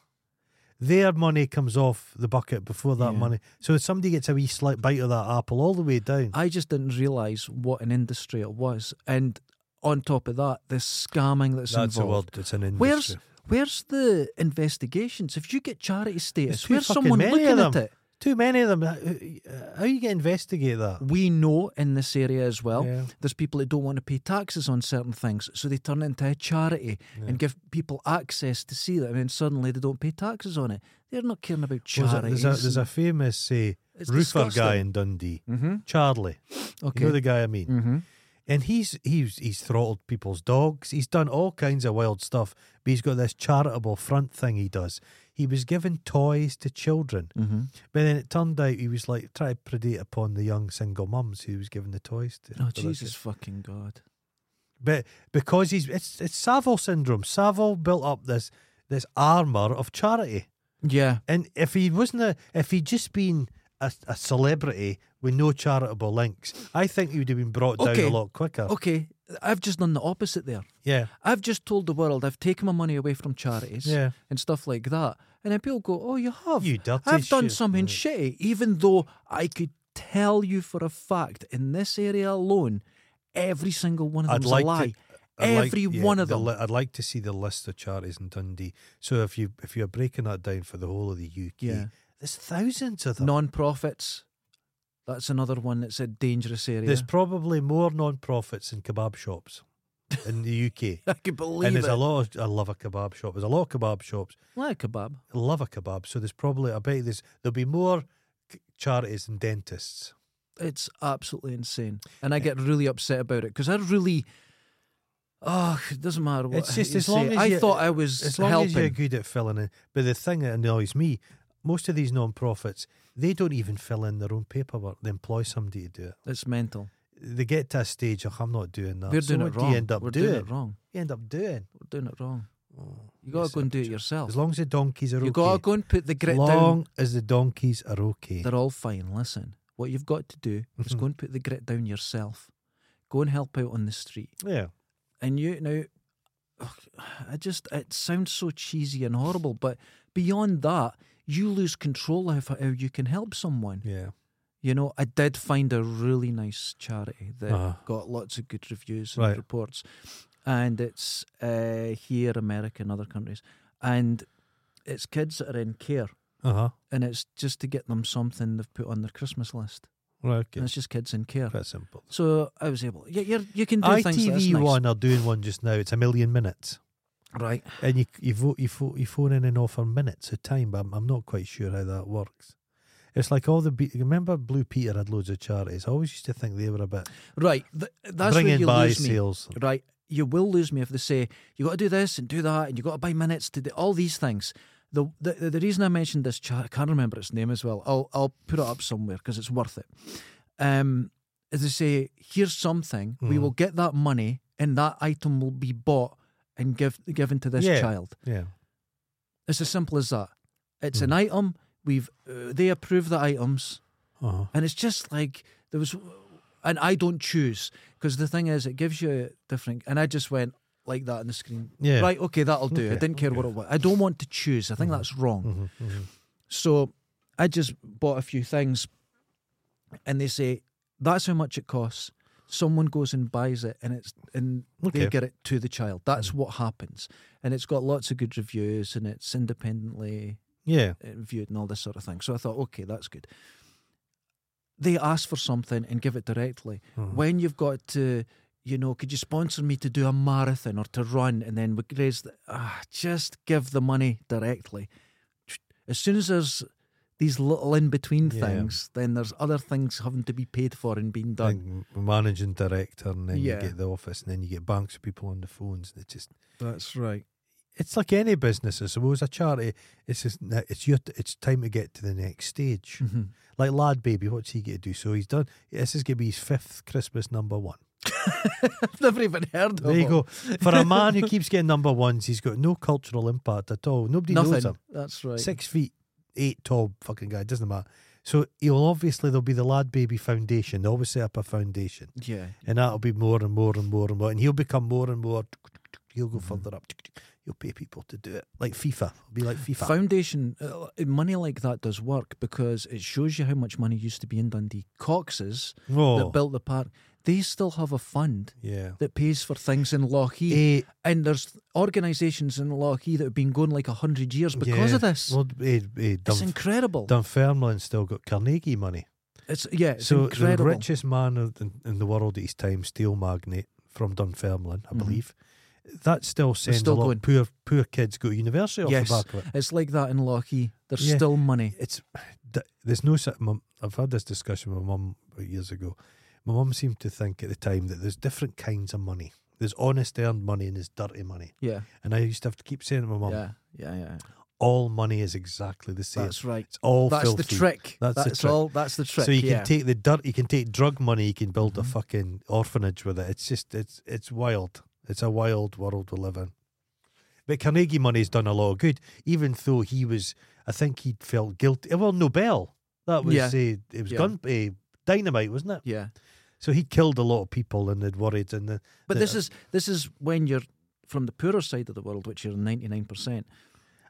Their money comes off the bucket before that
Yeah.
money. So if somebody gets a wee slight bite of that apple all the way down.
I just didn't realize what an industry it was, and on top of that, the scamming that's, involved.
It's an industry.
Where's where's the investigations? If you get charity status,
too
where's
fucking
someone
many of
looking at
them.
it?
Too many of them. Uh, uh, How you get investigate that?
we know in this area as well
Yeah.
there's people that don't want to pay taxes on certain things so they turn it into a charity and give people access to see that and then suddenly they don't pay taxes on it they're not caring about
Was it-
charities
there's, a, there's a famous uh,
It's
roofer guy
disgusting.
in Dundee,
mm-hmm.
Charlie.
okay
You know the guy I mean.
mm-hmm.
And he's he's he's throttled people's dogs. He's done all kinds of wild stuff. But he's got this charitable front thing he does. He was giving toys to children.
Mm-hmm.
But then it turned out he was like trying to predate upon the young single mums who he was giving the toys to.
oh
But that's
jesus
it.
fucking god
But because he's it's it's Savile syndrome. Savile built up this this armor of charity,
yeah
and if he wasn't a if he'd just been a, a celebrity with no charitable links, I think he would have been brought down
Okay.
a lot quicker.
okay i've just done the opposite there
Yeah,
i've just told the world i've taken my money away from charities
Yeah.
and stuff like that and then people go oh you have
you dirty.
I've done
shit.
something shitty, even though I could tell you for a fact in this area alone, every single one of
I'd
them's
like
a lie.
to. I'd like-
every
yeah,
one of
the
them.
li- I'd like to see the list of charities in Dundee. So if you if you're breaking that down for the whole of the UK,
Yeah.
there's thousands of them.
Non-profits. That's another one that's a dangerous area.
There's probably more non-profits and kebab shops in the UK.
I can believe
and there's
it.
a lot of, I love a kebab shop. There's a lot of kebab shops.
like a kebab.
I love a kebab. So there's probably, I bet there's, there'll be more c- charities than dentists.
It's absolutely insane, and I get really upset about it because I really. Oh, it doesn't matter what
It's just
you
as long
say.
as
I
you-
thought I was
As long
helping.
as you're good at filling in. But the thing that annoys me, most of these non-profits, they don't even fill in their own paperwork. They employ somebody to do it.
It's mental.
They get to a stage, oh, I'm not doing that.
We're
so
doing
what
it wrong.
do you end up
We're
doing?
doing it wrong.
You end up doing.
We're doing it wrong. You
yes,
gotta go and do it
Abhijit.
yourself.
As long as the donkeys are okay.
You gotta go and put the grit
As
down.
long as the donkeys are okay.
They're all fine. Listen, what you've got to do
Mm-hmm.
is go and put the grit down yourself. Go and help out on the street.
Yeah.
And you now, ugh, I just it sounds so cheesy and horrible, but beyond that, you lose control of how you can help someone.
Yeah.
You know, I did find a really nice charity that
Uh-huh.
got lots of good reviews and
Right.
reports, and it's uh, here, America, and other countries, and it's kids that are in care,
Uh huh.
and it's just to get them something they've put on their Christmas list.
Right.
And
Okay.
it's just kids in care.
Quite simple.
So I was able. Yeah, you're, you can do things like
ITV
that's nice.
One are doing one just now. It's a million minutes,
right?
and you you vote you, pho- you phone in and offer minutes of time. But I'm, I'm not quite sure how that works. It's like all the be- remember Blue Peter had loads of charities. I always used to think they were a bit
Right. Th- that's
bring
where
in
you
buy
lose me.
sales.
Right. You will lose me if they say you got to do this and do that and you got to buy minutes to do all these things. The, the the reason I mentioned this chart, I can't remember its name as well. I'll I'll put it up somewhere because it's worth it. Um, as they say, here's something. We
Mhm.
will get that money, and that item will be bought and give given to this
Yeah.
child.
Yeah,
It's as simple as that. It's
Hmm.
an item. We've uh, they approve the items,
uh-huh.
and it's just like there was, and I don't choose because the thing is, it gives you different. And I just went, like that on the screen.
Yeah.
Right, okay, that'll do. I
Okay,
didn't care what it was. I don't want to choose. I think that's wrong.
Mhm, mhm.
So I just bought a few things and they say, that's how much it costs. Someone goes and buys it and it's and
Okay. Mm.
they get it to the child. That's what happens. And it's got lots of good reviews and it's independently
Yeah.
uh, viewed and all this sort of thing. So I thought, okay, that's good. They ask for something and give it directly.
uh-huh. Mm-hmm.
When you've got to, you know, could you sponsor me to do a marathon or to run and then we could raise, the, ah, just give the money directly. As soon as there's these little in between
Yeah.
things, then there's other things having to be paid for and being done.
And managing director, and then
Yeah.
you get the office, and then you get banks of people on the phones. And it just
That's right.
it's like any business, I suppose. A charity, it's just, it's your it's time to get to the next stage.
Mm.
Like lad baby, what's he going to do? So he's done. This is going to be his fifth Christmas number one.
I've never even heard of
There you
it.
go. For a man who keeps getting number ones, he's got no cultural impact at all. Nobody knows
Nothing.
him.
That's right.
Six feet, eight tall fucking guy, doesn't matter. So he'll obviously there'll be the lad baby foundation. They always set up a foundation.
Yeah.
And that'll be more and more and more and more. And he'll become more and more he'll go
Mm-hmm.
further up. He'll pay people to do it. Like FIFA. It'll be like FIFA.
Foundation uh, money like that does work because it shows you how much money used to be in Dundee. Coxes
Oh,
that built the park, they still have a fund
yeah.
that pays for things in Lochee,
Eh,
and there's organisations in Lochee that have been going like hundred years because
yeah.
of this.
Well, eh, eh,
it's
Dunf-
incredible.
Dunfermline's still got Carnegie money.
It's yeah, it's
so
incredible.
the richest man of- in, in the world at his time, steel magnate from Dunfermline, I
Mhm.
believe. That still sends a
still
lot
going.
of poor poor kids go to university off
Yes.
the back of it.
It's like that in Lochee. There's
Yeah.
still money.
It's th- there's no such. mum- I've had this discussion with my mum years ago. My mum seemed to think at the time that there's different kinds of money. There's honest earned money and there's dirty money.
Yeah,
And I used to have to keep saying to my mum,
yeah, yeah, yeah.
all money is exactly the same.
That's right.
it's all
That's
filthy.
the trick.
That's the
That's,
trick.
all. That's the trick.
So you can
yeah. Mm-hmm.
take the dirt, you can take drug money, you can build a fucking orphanage with it. It's just it's it's wild. It's a wild world we live in. But Carnegie money's done a lot of good, even though he was, I think he felt guilty. eh, Well, Nobel, that was
Yeah.
eh, it was
Yeah.
gun eh, dynamite, wasn't it?
yeah.
So he killed a lot of people and they'd worried. And the,
But
the-
this is this is when you're from the poorer side of the world, which you're ninety nine percent.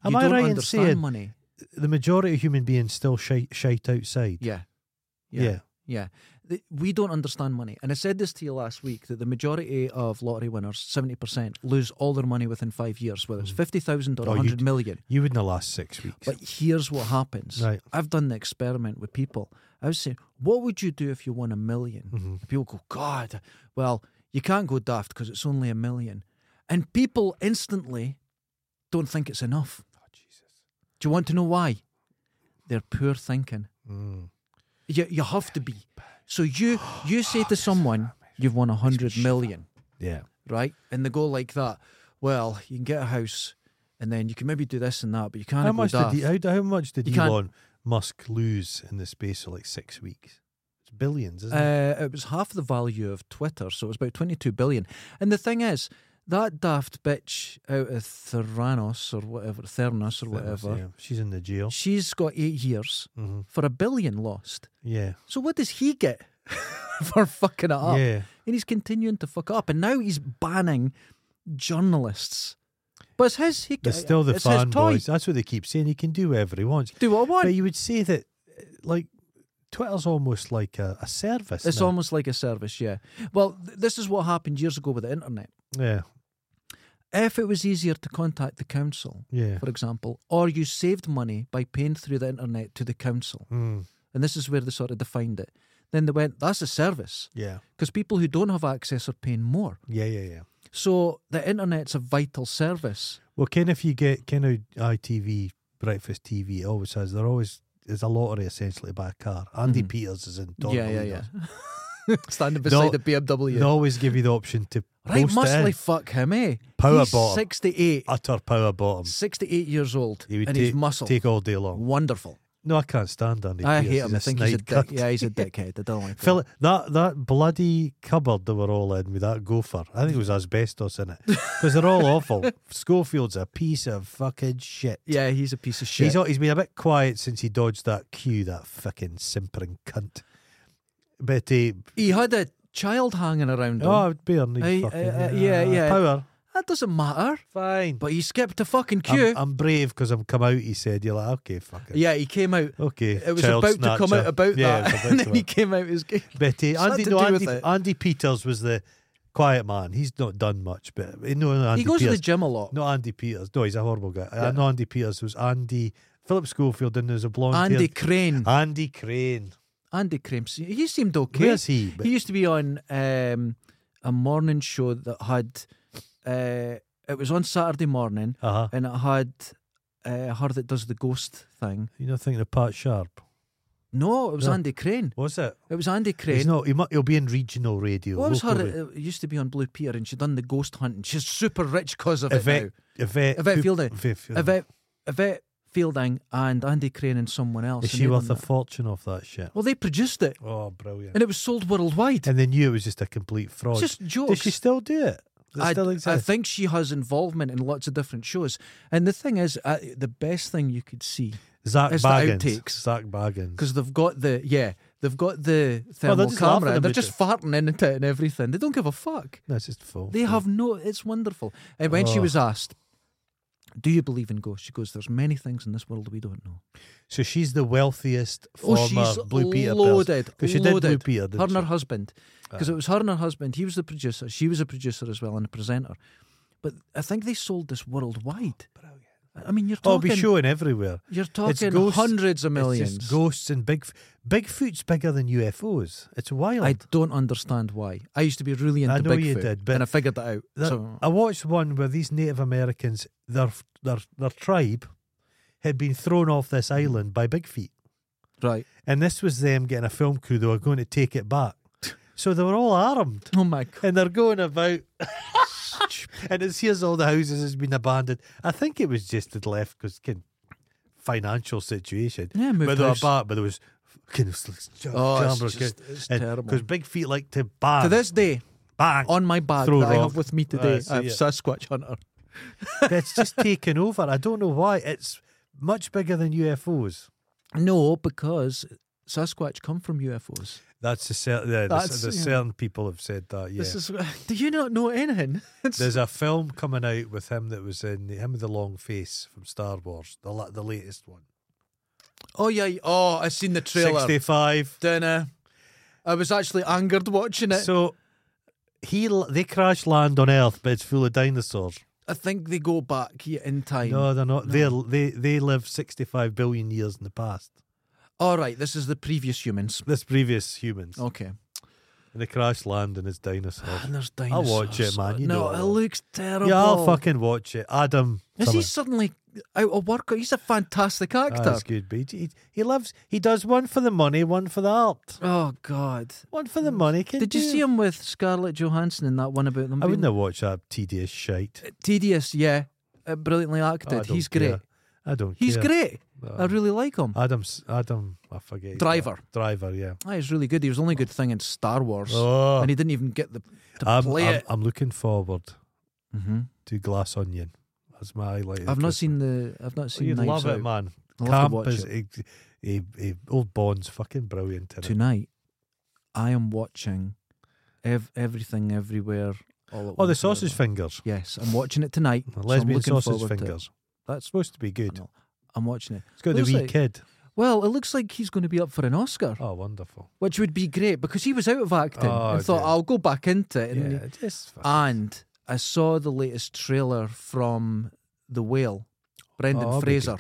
Am
you
I
don't
right in
understand
saying-
money?
the majority of human beings still shite, shite outside.
Yeah.
Yeah,
yeah, yeah. The- We don't understand money, and I said this to you last week that the majority of lottery winners, seventy percent, lose all their money within five years, whether it's fifty thousand or
Oh,
a
you
hundred
d-
million.
you wouldn't have last six weeks.
But here's what happens.
Right.
I've done the experiment with people. I was saying, what would you do if you won a 1000000
Mm-hmm.
And people go, God, well, you can't go daft because it's only a million. And people instantly don't think it's enough.
oh, Jesus.
Do you want to know why? They're poor thinking.
Mm. Oh,
You, you have to be. So you you say to someone, you've won a hundred million,
Yeah.
right? And they go like that. Well, you can get a house, and then you can maybe do this and that, but you can't
How
go
much
daft.
did he, how, how much did
You can't-
Elon Musk lose in the space of like six weeks? It's billions, isn't it?
Uh, it was half the value of Twitter, so it was about 22 billion. And the thing is, that daft bitch out of Theranos or whatever, Theranos or
That was,
whatever,
yeah. She's in the jail.
she's got eight years
hmm
for a billion lost.
Yeah,
So what does he get for fucking it up?
yeah.
And he's continuing to fuck up. And now he's banning journalists. But it's his. He,
It's still the
it's his toy.
fanboys. That's what they keep saying. He can do whatever he wants.
Do what I want.
But you would say that, uh, like, Twitter's almost like a, a service.
It's
now.
almost like a service, yeah. Well, th- this is what happened years ago with the internet.
yeah,
If it was easier to contact the council,
yeah.
for example, or you saved money by paying through the internet to the council.
Mm,
And this is where they sort of defined it. Then they went, that's a service,
yeah,
because people who don't have access are paying more.
yeah, yeah, yeah.
So the internet's a vital service.
Well, Ken, if you get kind of ITV breakfast TV, it always has. There always is a lottery essentially by a car. Andy
Mhm.
Peters is in. Don
yeah, yeah,
Toledo's.
yeah. Standing beside
No,
the BMW.
They always give you the option to
right,
post it in.
mustly fuck him, eh?
Power
he's
bottom.
68,
utter power bottom.
68 years old,
He would
and
take,
he's muscle.
take all day long.
Wonderful.
No, I can't stand Andy.
I
Pearce.
hate him. I think he's a
snide
dick.
cunt.
Yeah, he's a dickhead. I don't like him.
Phil, that that bloody cupboard they were all in with that gopher. I think it was asbestos in it because they're all awful. Schofield's a piece of fucking shit.
Yeah, he's a piece of shit.
He's al- he's been a bit quiet since he dodged that cue. That fucking simpering cunt. But uh,
he had a child hanging around him.
oh, Byrne,
I-
fucking uh,
I- I- eh, yeah, yeah.
power.
I That doesn't matter.
Fine.
But he skipped a fucking queue.
I'm, I'm brave because I'm come out, he said. You're like, okay, fuck it.
yeah, he came out.
Okay.
It was
child
about to come out
snatcher.
about
yeah, it was
that,
about
and
to
then he came out as gay.
Betty,
It's nothing
Andy,
to
no,
do with
Andy,
it.
Andy Peters was the quiet man. He's not done much, but eh, no, no Andy
He goes to
Peters.
the gym a lot.
No, Andy Peters. No, he's a horrible guy. I
Yeah.
know Andy Peters. It was Andy Philip Schofield, and there's a blonde.
Andy Crane.
Andy Crane.
Andy Crane. se- He seemed okay.
Where's he? But
He used to be on um, a morning show that had. Uh, it was on Saturday morning,
uh-huh.
and it had uh, her that does the ghost thing.
You're not thinking of Pat Sharp,
No, it was
No.
Andy Crane.
was it?
It was Andy
He's
Crane.
not. He mu he'll be in regional radio.
What was her?
local radio.
It used to be on Blue Peter, and she done the ghost hunting. She's super rich because of it now.
Yvette, Yvette,
Yvette
who-
Fielding.
Yvette Fielding.
Yvette, Yvette Fielding and Andy Crane and someone else.
Is
and
she
they
worth
done
a
that.
fortune off that shit?
Well, they produced it,
Oh, brilliant!
and it was sold worldwide.
And they knew it was just a complete fraud.
It's just
Oh, Does
jokes.
she still do it? Does it
I,
still
I
exist?
think she has involvement in lots of different shows. And the thing is, uh, the best thing you could see
Zach
it's the
Baggins.
outtakes.
Zach Baggins.
because they've got the yeah, they've got the thermal
just laughing
camera,
at
and they're
each
just farting into it and everything. They don't give a fuck.
No, it's just full.
They have no. It's wonderful. And when she
Oh.
was asked, "Do you believe in ghosts?" she goes, "There's many things in this world we don't know."
So she's the wealthiest former
oh, she's
Blue Peter person.
loaded.
'Cause she did
loaded.
Blue Peter, didn't
her and her
she?
husband, because it was her and her husband. He was the producer. She was a producer as well and a presenter. But I think they sold this worldwide. I mean, you're
Oh, it'll
talking.
be showing everywhere.
You're talking
ghosts.
hundreds
It's
of millions.
just ghosts and big. Bigfoot's bigger than UFOs. It's wild.
I don't understand why. I used to be really into
I know
Bigfoot,
you did, but
and I figured that out.
There-
so
I watched one where these Native Americans, their their their tribe, had been thrown off this
Hmm.
island by Bigfoot,
right.
and this was them getting a film crew. They were going to take it back, so they were all armed.
Oh my god.
and they're going about. and it sees all the houses has been abandoned. I think it was just had left because financial situation.
Yeah, moved
but they were
house.
back, but there was fucking
Oh, it's just- it's terrible.
Because big feet like to bang,
To this day,
bang.
on my bag
Throw
that I
rock.
have with me today,
I see
I have
it.
Sasquatch Hunter.
it's just taken over. I don't know why. It's much bigger than UFOs.
No, because Sasquatch come from UFOs.
That's the, cer- yeah, the,
That's-
the
yeah.
certain people have said that. Yeah.
This is. Do you not know anything? It's-
There's a film coming out with him that was in him with the long face from Star Wars, the la- the latest one.
oh yeah. y- Oh, I seen the trailer.
Sixty-five.
Dinner. I was actually angered watching it.
So he l- they crash land on Earth, but it's full of dinosaurs.
I think they go back yeah, in time.
No, they're not. They they they live sixty five billion years in the past.
All right, this is the previous humans.
This previous humans
Okay.
and they crash land and it's dinosaurs.
And there's
I'll
dinosaurs.
watch it, man, you know
no,
I
it
will.
looks terrible.
yeah, I'll fucking watch it. Adam,
Is
something.
he suddenly out of work? He's a fantastic
Ah,
actor.
that's good. Beach. He, he loves. He does one for the money, one for the art,
oh God.
one for the money. Can
Did you
do.
see him with Scarlett Johansson in that one about them?
I
being
wouldn't have watched that tedious shite.
tedious, yeah. Uh, brilliantly
Oh, I
acted.
don't
He's great.
care. Ah. I don't.
He's
care.
great. I
No.
really like him.
Adam. Adam. I forget. his
Driver.
name. Driver. Yeah.
Ah, he's really good. He was the only good thing in Star Wars,
Oh,
and he didn't even get the to
I'm,
play
I'm,
it.
I'm looking forward
hmm
to Glass Onion. That's my highlight. of
I've not
Christmas.
seen the. I've not seen.
You'd
Knives
love it,
Out.
man.
I'll have to
Camp
watch
is
it.
ex- a, a- old Bond's fucking brilliant. In it.
tonight. I am watching ev- everything, everywhere, all at
Oh, the
once,
sausage
whatever.
fingers.
Yes, I'm watching it tonight.
The
so I'm
lesbian
looking
sausage
forward to it.
fingers.
That's
Supposed to be good.
I know. I'm watching it.
It's got the
Looks
wee
like-
kid.
Well, it looks like he's going to be up for an Oscar,
Oh, wonderful.
which would be great because he was out of acting
Oh,
and thought,
good.
"I'll go back into it." Ah. And he-
Yeah, just fucking-
And I saw the latest trailer from The Whale, Brendan
Oh, I'll be
Fraser.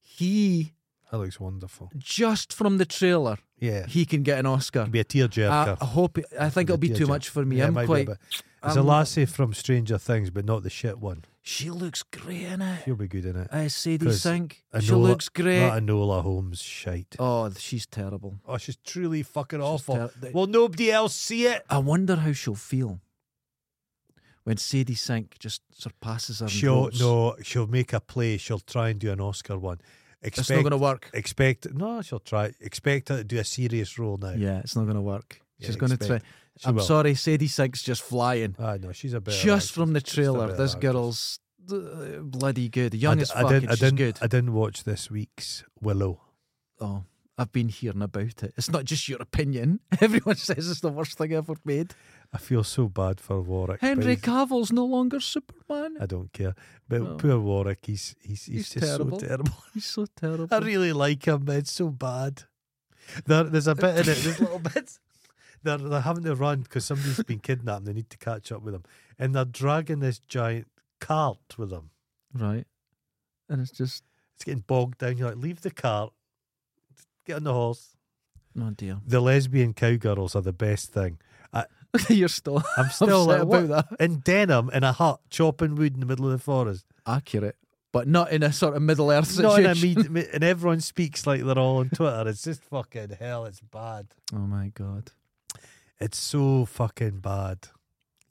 He,
that looks wonderful.
just from the trailer,
Yeah,
he can get an Oscar.
It'd be a tearjerker.
I, I hope. I think
Be a
it'll be too
tearjerker.
much for Ah, oh, me.
Yeah, it
I'm
might be a
quite.
bit- It's a
I'm-
lassie from Stranger Things, but not the shit one.
She looks great in it.
She'll be good in it.
I Sadie
'Cause
Sink.
I
She
know that-
looks great.
Not Enola Holmes shite.
Oh, she's terrible.
Oh, she's truly fucking
She's
awful.
ter-
Will nobody else see it?
I wonder how she'll feel when Sadie Sink just surpasses her. in
She'll
votes.
no, she'll make a play. She'll try and do an Oscar one. Expect,
it's not going to work.
expect no, she'll try. Expect her to do a serious role now.
Yeah, it's not going to work.
Yeah,
She's going to try.
expect- She
I'm
will.
sorry, Sadie Sink's just flying.
Ah, no, she's a bit
just from the trailer,
bit
this
of
girl's uh, bloody good. Young as fuck,
didn't,
and
I
she's
didn't,
good.
I didn't watch this week's Willow.
oh, I've been hearing about it. It's not just your opinion. Everyone says it's the worst thing ever made.
I feel so bad for Warwick. but
Henry
he's-
Cavill's no longer Superman.
I don't care. But
No.
poor Warwick, he's he's he's,
He's
just
terrible.
so terrible.
He's so terrible.
I really like him. but It's so bad. There, there's a bit in it. There's little bits. They're, they're having to run because somebody's been kidnapped. They need to catch up with them, and they're dragging this giant cart with them.
Right. And it's just,
It's getting bogged down. You're like, leave the cart, get on the horse.
oh dear.
The lesbian cowgirls are the best thing.
You're still uh,
I'm still
upset
like, what?
about that.
in denim in a hut chopping wood in the middle of the forest.
Accurate, but not in a sort of Middle Earth
Not
situation.
in a med- med- and everyone speaks like they're all on Twitter. It's just fucking hell. It's bad.
oh my God.
It's so fucking bad.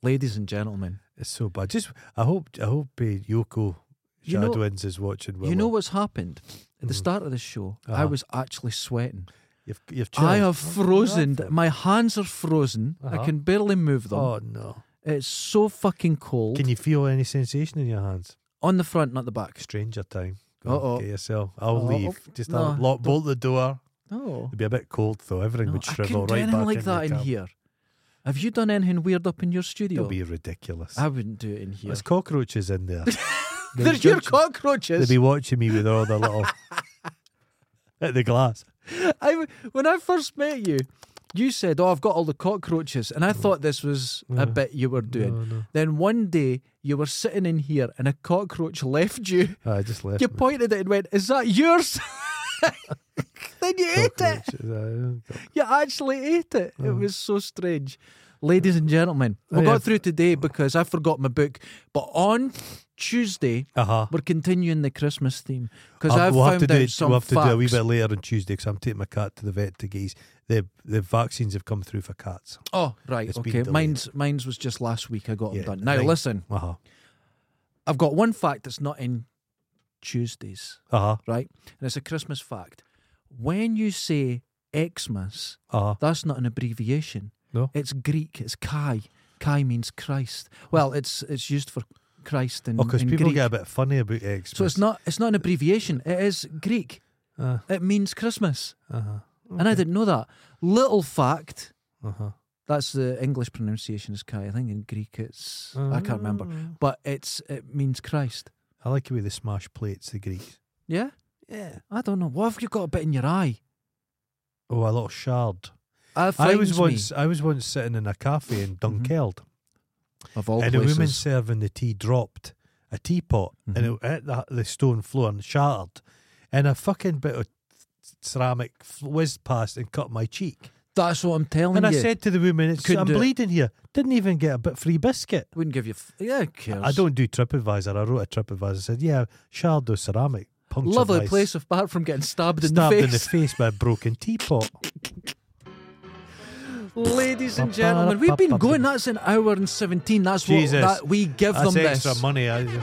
Ladies and gentlemen,
It's so bad. Just I hope I hope uh, Yoko
You know-
Shadowins is watching. Willow.
you know what's happened? At the
Mhm.
start of the show, I
Uh-huh.
was actually sweating.
you've, you've
I
chilled.
have
Oh,
frozen.
nothing.
My hands are frozen. I
Uh-huh.
can barely move them.
Oh no!
It's so fucking cold.
Can you feel any sensation in your hands?
On the front, not the back.
Stranger time. Go
Uh-oh.
get yourself. I'll
Uh-oh.
leave. Just
No,
have- lock, bolt the door.
Oh.
It'd be a bit cold though. Everything would
I couldn't
shrivel
do
right
anything
back
like
in
that
your
in
cup.
here. Have you done anything weird up in your
It'll
studio?
be ridiculous.
I wouldn't do it in here.
There's cockroaches in there. They'll
There's your
judge-
cockroaches.
They'll be watching me with all their little at the glass.
I w when I first met you, you said, "Oh, I've got all the cockroaches," and I
Mm.
thought this was
Yeah.
a bit you were doing.
No, no.
Then one day you were sitting in here, and a cockroach left you.
Ah, I just left.
You
my
pointed at it and went, "Is that yours?" then you ate it.
cockroaches. Ah, I-
You actually ate it. It was so strange. Ladies and gentlemen, we
Mm. Oh, yeah.
got through today because I forgot my book. But on Tuesday,
Uh-huh.
we're continuing the Christmas theme because
Uh,
I've
we'll
found
have to
out
do it,
some
We'll have to
facts.
do it a wee bit later on Tuesday because I'm taking my cat to the vet to get his, the the vaccines have come through for cats.
Oh, right,
It's been
okay.
delayed.
Mine's mine's was just last week. I got them
Yeah,
done. Now
right.
listen,
Uh huh.
I've got one fact that's not in Tuesdays,
Uh huh.
right? And it's a Christmas fact. When you say Xmas,
Uh huh.
that's not an abbreviation.
No.
It's Greek. It's Kai. Kai means Christ. Well, it's it's used for Christ in,
Oh, because
in
people
Greek.
get a bit funny about Xmas.
so it's not it's not an abbreviation. It is Greek.
Uh uh-huh,
It means Christmas,
huh.
and I didn't know that. Little fact.
Uh huh.
That's the English pronunciation is Kai. I think in Greek it's I can't remember,
Ah.
but it's it means Christ.
I like the way they smash plates. The Greeks.
Yeah,
Yeah.
I don't know. What have you got a bit in your eye?
Oh, a little shard.
That
I was
frightens me.
once I was once sitting in a cafe in Dunkeld,
of all
and a
places. Mm-hmm.
woman serving the tea dropped a teapot, and it hit the, the stone floor and shattered, and a fucking bit of ceramic f- whizzed past and cut my cheek.
That's what I'm telling
And I
you.
said to the woman, it's,
Oh, Couldn't
I'm
do it.
bleeding here. Didn't even get a bit free biscuit.
wouldn't give you. F- yeah, who cares?
I don't do TripAdvisor. I wrote a TripAdvisor. I said, yeah, Shardo ceramic. Punctured
Lovely
my-
place apart from getting stabbed,
Stabbed
in the
in the
face.
face by a broken teapot.
Ladies and gentlemen, we've been going. That's an hour and seventeen. That's
Jesus.
what that, we give
That's
them
extra
this.
money. I, oh,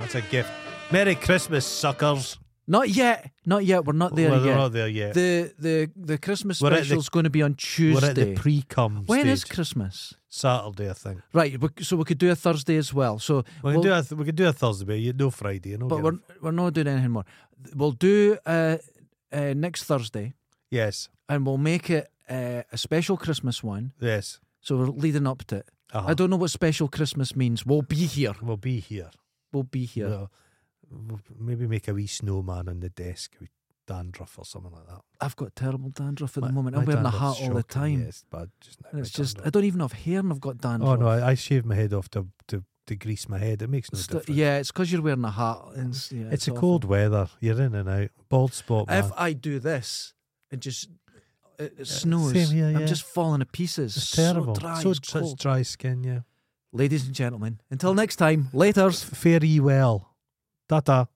that's a gift. Merry Christmas, suckers.
Not yet. Not yet. We're not there
We're
yet.
not there yet.
The the the Christmas
We're at the-
special is going to be on Tuesday.
We're at the pre-cum
when
stage.
is Christmas?
Saturday, I think.
Right, we, so we could do a Thursday as well. So
We can
we'll-
do a th- we can do a Thursday, but you no Friday. You know,
but we're we're not doing anything more. We'll do uh, uh, next Thursday,
yes,
and we'll make it uh, a special Christmas one.
yes.
So we're leading up to it.
Uh-huh.
I don't know what special Christmas means. We'll be here.
We'll be here.
We'll be here.
Well, w- maybe make a wee snowman on the desk with dandruff or something like that.
I've got terrible dandruff at
My-
the moment.
my
I'm wearing a hat
dandruff's
all the
shocking,
time.
yeah, it's bad just now.
And it's
my
just I
dandruff.
don't even have hair and I've got dandruff.
oh no, I, I shave my head off to, to to grease my head. It makes no
St-
difference.
yeah, it's because you're wearing a hat. and It's, yeah,
it's, a
awful.
cold weather. You're in and out. Bald spot. Man.
If I do this and just uh, it, it
same
snows,
here,
I'm
yeah.
just falling to pieces.
it's terrible.
So dry.
so
it's
such
cold.
dry skin. Yeah.
Ladies and gentlemen, until next time, later.
Fare ye well. Ta ta.